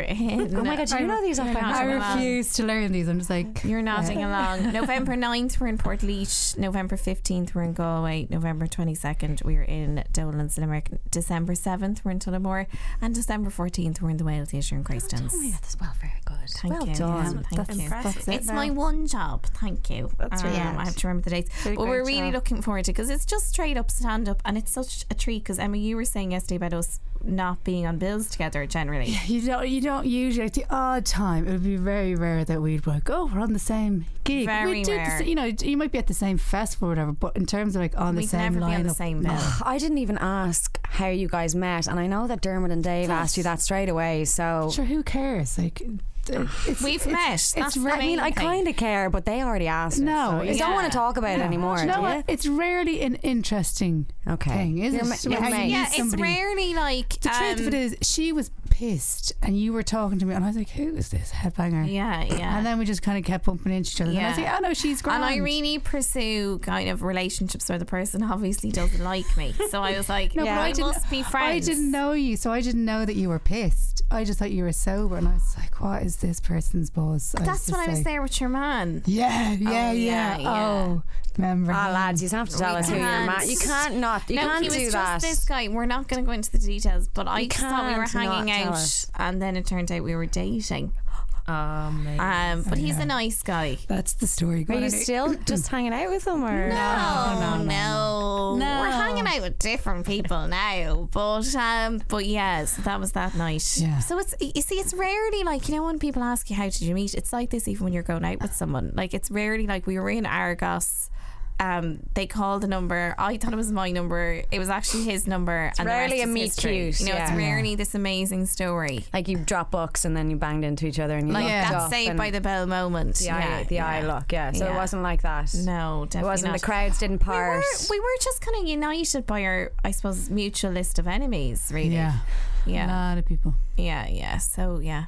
[SPEAKER 3] in.
[SPEAKER 1] Oh my god, do you know these off by
[SPEAKER 3] not
[SPEAKER 4] I
[SPEAKER 1] heart?
[SPEAKER 3] sure.
[SPEAKER 4] refuse to learn these. I'm just like
[SPEAKER 3] You're nodding along. November 9th, we're in Port November 15th, we're in Galway. November 22nd, we're in Dolan's Limerick. December 7th, we're in Tullamore. And December 14th, we're in the Whale Theatre in Christstown.
[SPEAKER 1] Oh my god, that's well very good.
[SPEAKER 3] Thank
[SPEAKER 1] well
[SPEAKER 3] you.
[SPEAKER 1] done.
[SPEAKER 3] Yeah, Thank you.
[SPEAKER 4] it
[SPEAKER 3] It's
[SPEAKER 4] now.
[SPEAKER 3] my one job. Thank you. That's
[SPEAKER 4] really nice.
[SPEAKER 3] I have to remember the dates.
[SPEAKER 4] Did a
[SPEAKER 3] But we're
[SPEAKER 4] great
[SPEAKER 3] really
[SPEAKER 4] job.
[SPEAKER 3] looking forward to because it's just straight up stand up, and it's such a treat. Because Emma, you were saying yesterday about us not being on bills together generally.
[SPEAKER 4] You don't. You don't usually. At the odd time, it would be very rare that we'd like, oh, we're on the same gig.
[SPEAKER 3] Very
[SPEAKER 4] we did the
[SPEAKER 3] rare.
[SPEAKER 4] sa- you know, you might be at the same festival or whatever, but in terms of like on the
[SPEAKER 3] We'd
[SPEAKER 4] same
[SPEAKER 3] never be on the
[SPEAKER 4] lineup,
[SPEAKER 3] same
[SPEAKER 4] no.
[SPEAKER 3] bill.
[SPEAKER 1] I didn't even ask how you guys met, and I know that Dermot and Dave asked you that straight away. So
[SPEAKER 4] Sure, who cares? Like, it- it's,
[SPEAKER 3] We've
[SPEAKER 4] it's,
[SPEAKER 3] met. That's
[SPEAKER 4] It's
[SPEAKER 3] the
[SPEAKER 4] rare.
[SPEAKER 1] I mean, I kind of care, but they already asked. it,
[SPEAKER 4] No,
[SPEAKER 1] so you
[SPEAKER 4] it's-
[SPEAKER 1] don't want to talk about it
[SPEAKER 4] Yeah.
[SPEAKER 1] anymore.
[SPEAKER 4] Do you know
[SPEAKER 1] do
[SPEAKER 4] what?
[SPEAKER 1] you?
[SPEAKER 4] It's rarely an interesting
[SPEAKER 1] Okay.
[SPEAKER 4] thing, is
[SPEAKER 1] Your ma-
[SPEAKER 4] it?
[SPEAKER 1] your
[SPEAKER 4] How you
[SPEAKER 1] mate.
[SPEAKER 4] meet
[SPEAKER 3] yeah, it's
[SPEAKER 4] somebody.
[SPEAKER 3] rarely like
[SPEAKER 4] The truth of
[SPEAKER 3] um,
[SPEAKER 4] it is, she was pissed, and you were talking to me, and I was like, "Who is this headbanger?"
[SPEAKER 3] Yeah, yeah.
[SPEAKER 4] And then we just kind of kept bumping into each other. And I was
[SPEAKER 3] Yeah.
[SPEAKER 4] like, "Oh no, she's grand."
[SPEAKER 3] And I really pursue kind of relationships where the person obviously doesn't like me. So I was like,
[SPEAKER 4] No,
[SPEAKER 3] no,
[SPEAKER 4] but I
[SPEAKER 3] I,
[SPEAKER 4] didn't-
[SPEAKER 3] must be
[SPEAKER 4] I
[SPEAKER 3] friends.
[SPEAKER 4] didn't know you, so I didn't know that you were pissed. I just thought you were sober, and I was like, "What is this person's buzz?"
[SPEAKER 3] That's when I was there with your man.
[SPEAKER 4] Yeah, yeah,
[SPEAKER 3] Oh, yeah,
[SPEAKER 4] yeah,
[SPEAKER 3] yeah.
[SPEAKER 4] Oh, remember?
[SPEAKER 1] Ah,
[SPEAKER 4] him.
[SPEAKER 1] lads, you have to tell
[SPEAKER 3] We
[SPEAKER 1] us who you're
[SPEAKER 3] can't.
[SPEAKER 1] mad. You can't not. You
[SPEAKER 3] no,
[SPEAKER 1] can't
[SPEAKER 3] he was
[SPEAKER 1] do
[SPEAKER 3] just
[SPEAKER 1] that.
[SPEAKER 3] this guy. We're not going to go into the details, but I
[SPEAKER 1] You
[SPEAKER 3] just thought we were
[SPEAKER 1] can't not
[SPEAKER 3] hanging
[SPEAKER 1] tell
[SPEAKER 3] out,
[SPEAKER 1] us.
[SPEAKER 3] and then it turned out we were dating.
[SPEAKER 5] Um,
[SPEAKER 3] Um, but he's a nice guy.
[SPEAKER 4] That's the story.
[SPEAKER 1] Are you still just hanging out with them, or
[SPEAKER 3] No, no, no,
[SPEAKER 4] no.
[SPEAKER 3] We're hanging out with different people now, but um, but yeah, so that was that night.
[SPEAKER 4] Yeah.
[SPEAKER 3] So it's you see, it's rarely like you know when people ask you how did you meet. It's like this even when you're going out with someone. Like it's rarely like we were in Argos. Um, they called the number. I thought it was my number. It was actually his number. and the rest
[SPEAKER 1] rarely a
[SPEAKER 3] is
[SPEAKER 1] meet
[SPEAKER 3] history.
[SPEAKER 1] cute,
[SPEAKER 3] You know, it's
[SPEAKER 1] yeah.
[SPEAKER 3] rarely this amazing story.
[SPEAKER 1] Like you drop books and then you banged into each other and you
[SPEAKER 3] Like
[SPEAKER 1] looked
[SPEAKER 3] that
[SPEAKER 1] up
[SPEAKER 3] saved
[SPEAKER 1] and
[SPEAKER 3] by the bell moment.
[SPEAKER 1] the
[SPEAKER 3] yeah,
[SPEAKER 1] eye, the
[SPEAKER 3] yeah.
[SPEAKER 1] eye look. Yeah. So it
[SPEAKER 3] Yeah.
[SPEAKER 1] wasn't like that.
[SPEAKER 3] No,
[SPEAKER 1] it
[SPEAKER 3] definitely
[SPEAKER 1] wasn't.
[SPEAKER 3] not.
[SPEAKER 1] The crowds didn't
[SPEAKER 3] We were,
[SPEAKER 1] part.
[SPEAKER 3] we were just kind of united by our, I suppose, mutual list of enemies, really.
[SPEAKER 4] Yeah, a
[SPEAKER 3] Yeah.
[SPEAKER 4] lot of people.
[SPEAKER 3] Yeah. yeah. So, yeah.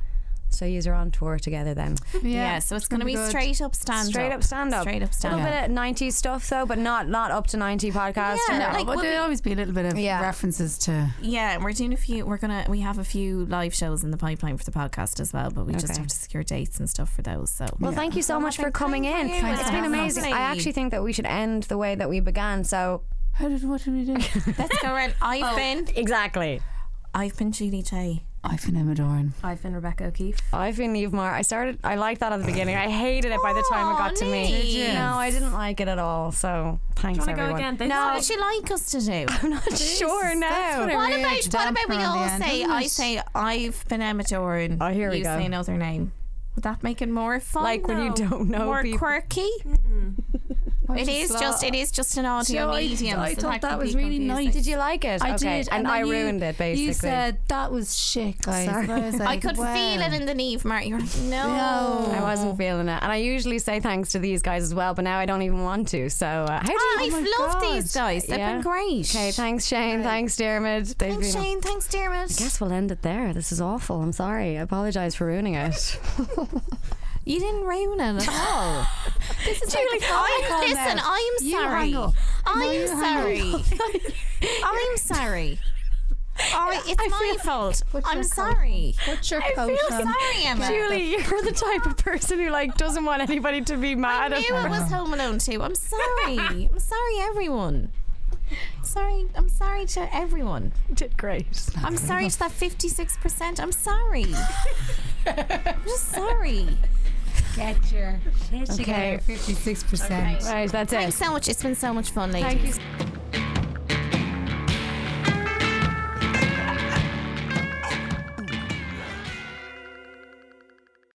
[SPEAKER 1] So yous are on tour together then.
[SPEAKER 3] Yeah, so it's, going to be, straight up stand
[SPEAKER 1] Straight
[SPEAKER 3] up.
[SPEAKER 1] up stand up.
[SPEAKER 3] Straight up stand
[SPEAKER 1] A
[SPEAKER 3] up.
[SPEAKER 1] little bit of 90s stuff though, but not not up to 90 podcast.
[SPEAKER 3] Yeah,
[SPEAKER 1] No.
[SPEAKER 3] like,
[SPEAKER 4] Oh, but
[SPEAKER 3] would
[SPEAKER 4] there'll
[SPEAKER 3] we-
[SPEAKER 4] always be a little bit of
[SPEAKER 3] Yeah.
[SPEAKER 4] references to.
[SPEAKER 3] Yeah, we're doing a few. We're gonna. We have a few live shows in the pipeline for the podcast as well, but we just
[SPEAKER 1] Okay.
[SPEAKER 3] have to secure dates and stuff for those. So
[SPEAKER 1] Well, thank you so much for coming in.
[SPEAKER 3] you. Thanks
[SPEAKER 1] It's
[SPEAKER 3] for
[SPEAKER 1] been
[SPEAKER 3] having us.
[SPEAKER 1] amazing. I actually think that we should end the way that we began. So
[SPEAKER 4] How did what did we do?
[SPEAKER 3] Let's go around. I've
[SPEAKER 1] Oh.
[SPEAKER 3] been.
[SPEAKER 1] exactly.
[SPEAKER 3] I've been Julie Tay.
[SPEAKER 4] I've been Emma Doran.
[SPEAKER 5] I've been Rebecca O'Keefe.
[SPEAKER 1] I've been Eve Mar. I started. I liked that at the beginning. I hated it by the time it got to me.
[SPEAKER 3] Did you?
[SPEAKER 1] No, I didn't like it at all. So thanks
[SPEAKER 5] wanna go
[SPEAKER 1] everyone.
[SPEAKER 5] again? Thanks.
[SPEAKER 1] No,
[SPEAKER 3] What would you like us to do?
[SPEAKER 1] I'm not sure now.
[SPEAKER 3] What
[SPEAKER 4] really
[SPEAKER 3] about
[SPEAKER 4] adds
[SPEAKER 3] what about
[SPEAKER 4] damper
[SPEAKER 3] we
[SPEAKER 4] on the
[SPEAKER 3] all
[SPEAKER 4] end,
[SPEAKER 3] say?
[SPEAKER 4] doesn't
[SPEAKER 3] I
[SPEAKER 4] it?
[SPEAKER 3] say I've been Emma Doran.
[SPEAKER 1] Oh, here
[SPEAKER 3] you
[SPEAKER 1] we go.
[SPEAKER 3] say another name. Would that make it more fun?
[SPEAKER 1] Like when you
[SPEAKER 3] though?
[SPEAKER 1] don't know
[SPEAKER 3] more
[SPEAKER 1] people.
[SPEAKER 3] quirky.
[SPEAKER 4] Why
[SPEAKER 3] It
[SPEAKER 4] would you
[SPEAKER 3] is
[SPEAKER 4] Mm-hmm. slow-
[SPEAKER 3] just it is just an audio
[SPEAKER 4] So I-
[SPEAKER 3] medium.
[SPEAKER 4] I
[SPEAKER 3] so
[SPEAKER 4] thought that
[SPEAKER 3] can
[SPEAKER 4] was
[SPEAKER 3] be
[SPEAKER 4] really
[SPEAKER 3] confusing.
[SPEAKER 4] nice.
[SPEAKER 1] Did you like it?
[SPEAKER 4] I
[SPEAKER 1] okay.
[SPEAKER 4] did,
[SPEAKER 1] and, I
[SPEAKER 4] then you-
[SPEAKER 1] ruined it basically.
[SPEAKER 4] You said that was shit, guys.
[SPEAKER 1] Sorry.
[SPEAKER 4] And I, was
[SPEAKER 3] I
[SPEAKER 4] like,
[SPEAKER 3] could feel
[SPEAKER 4] "Wow."
[SPEAKER 3] it in the Neve, Mark. You're like, no.
[SPEAKER 4] No.
[SPEAKER 1] I wasn't feeling it, and I usually say thanks to these guys as well, but now I don't even want to. So uh, how do you?
[SPEAKER 3] I've
[SPEAKER 4] Oh my
[SPEAKER 3] loved
[SPEAKER 4] God.
[SPEAKER 3] Ah, these guys. They've
[SPEAKER 1] Yeah.
[SPEAKER 3] been great.
[SPEAKER 1] Okay, thanks Shane, thanks Dermot. They've
[SPEAKER 3] Thanks,
[SPEAKER 1] been
[SPEAKER 3] Shane. Thanks, Dermot.
[SPEAKER 1] I guess we'll end it there. This is awful. I'm sorry. I apologize for ruining it.
[SPEAKER 3] You didn't ruin it at all. this is Julie. I, "Oh, listen, I'm
[SPEAKER 4] You
[SPEAKER 3] sorry.
[SPEAKER 4] hang up. No,
[SPEAKER 3] I'm
[SPEAKER 4] you hang
[SPEAKER 3] sorry. I'm sorry. I, it's my fault.
[SPEAKER 4] What's
[SPEAKER 3] I'm
[SPEAKER 4] your coat?
[SPEAKER 3] sorry.
[SPEAKER 4] Put your
[SPEAKER 3] I
[SPEAKER 4] coat
[SPEAKER 3] feel
[SPEAKER 4] on.
[SPEAKER 3] sorry, Emma.
[SPEAKER 1] Julie, you're the type of person who like doesn't want anybody to be
[SPEAKER 3] I
[SPEAKER 1] mad at
[SPEAKER 3] knew it was Home Alone too. I'm sorry. I'm sorry, everyone. Sorry, I'm sorry to everyone.
[SPEAKER 1] did great.
[SPEAKER 3] I'm sorry to that 56%. I'm sorry. I'm just sorry.
[SPEAKER 4] Get your shit together. Fifty-six percent.
[SPEAKER 1] Right, that's it.
[SPEAKER 3] Thanks so much. It's been so much fun, ladies.
[SPEAKER 1] Thank you.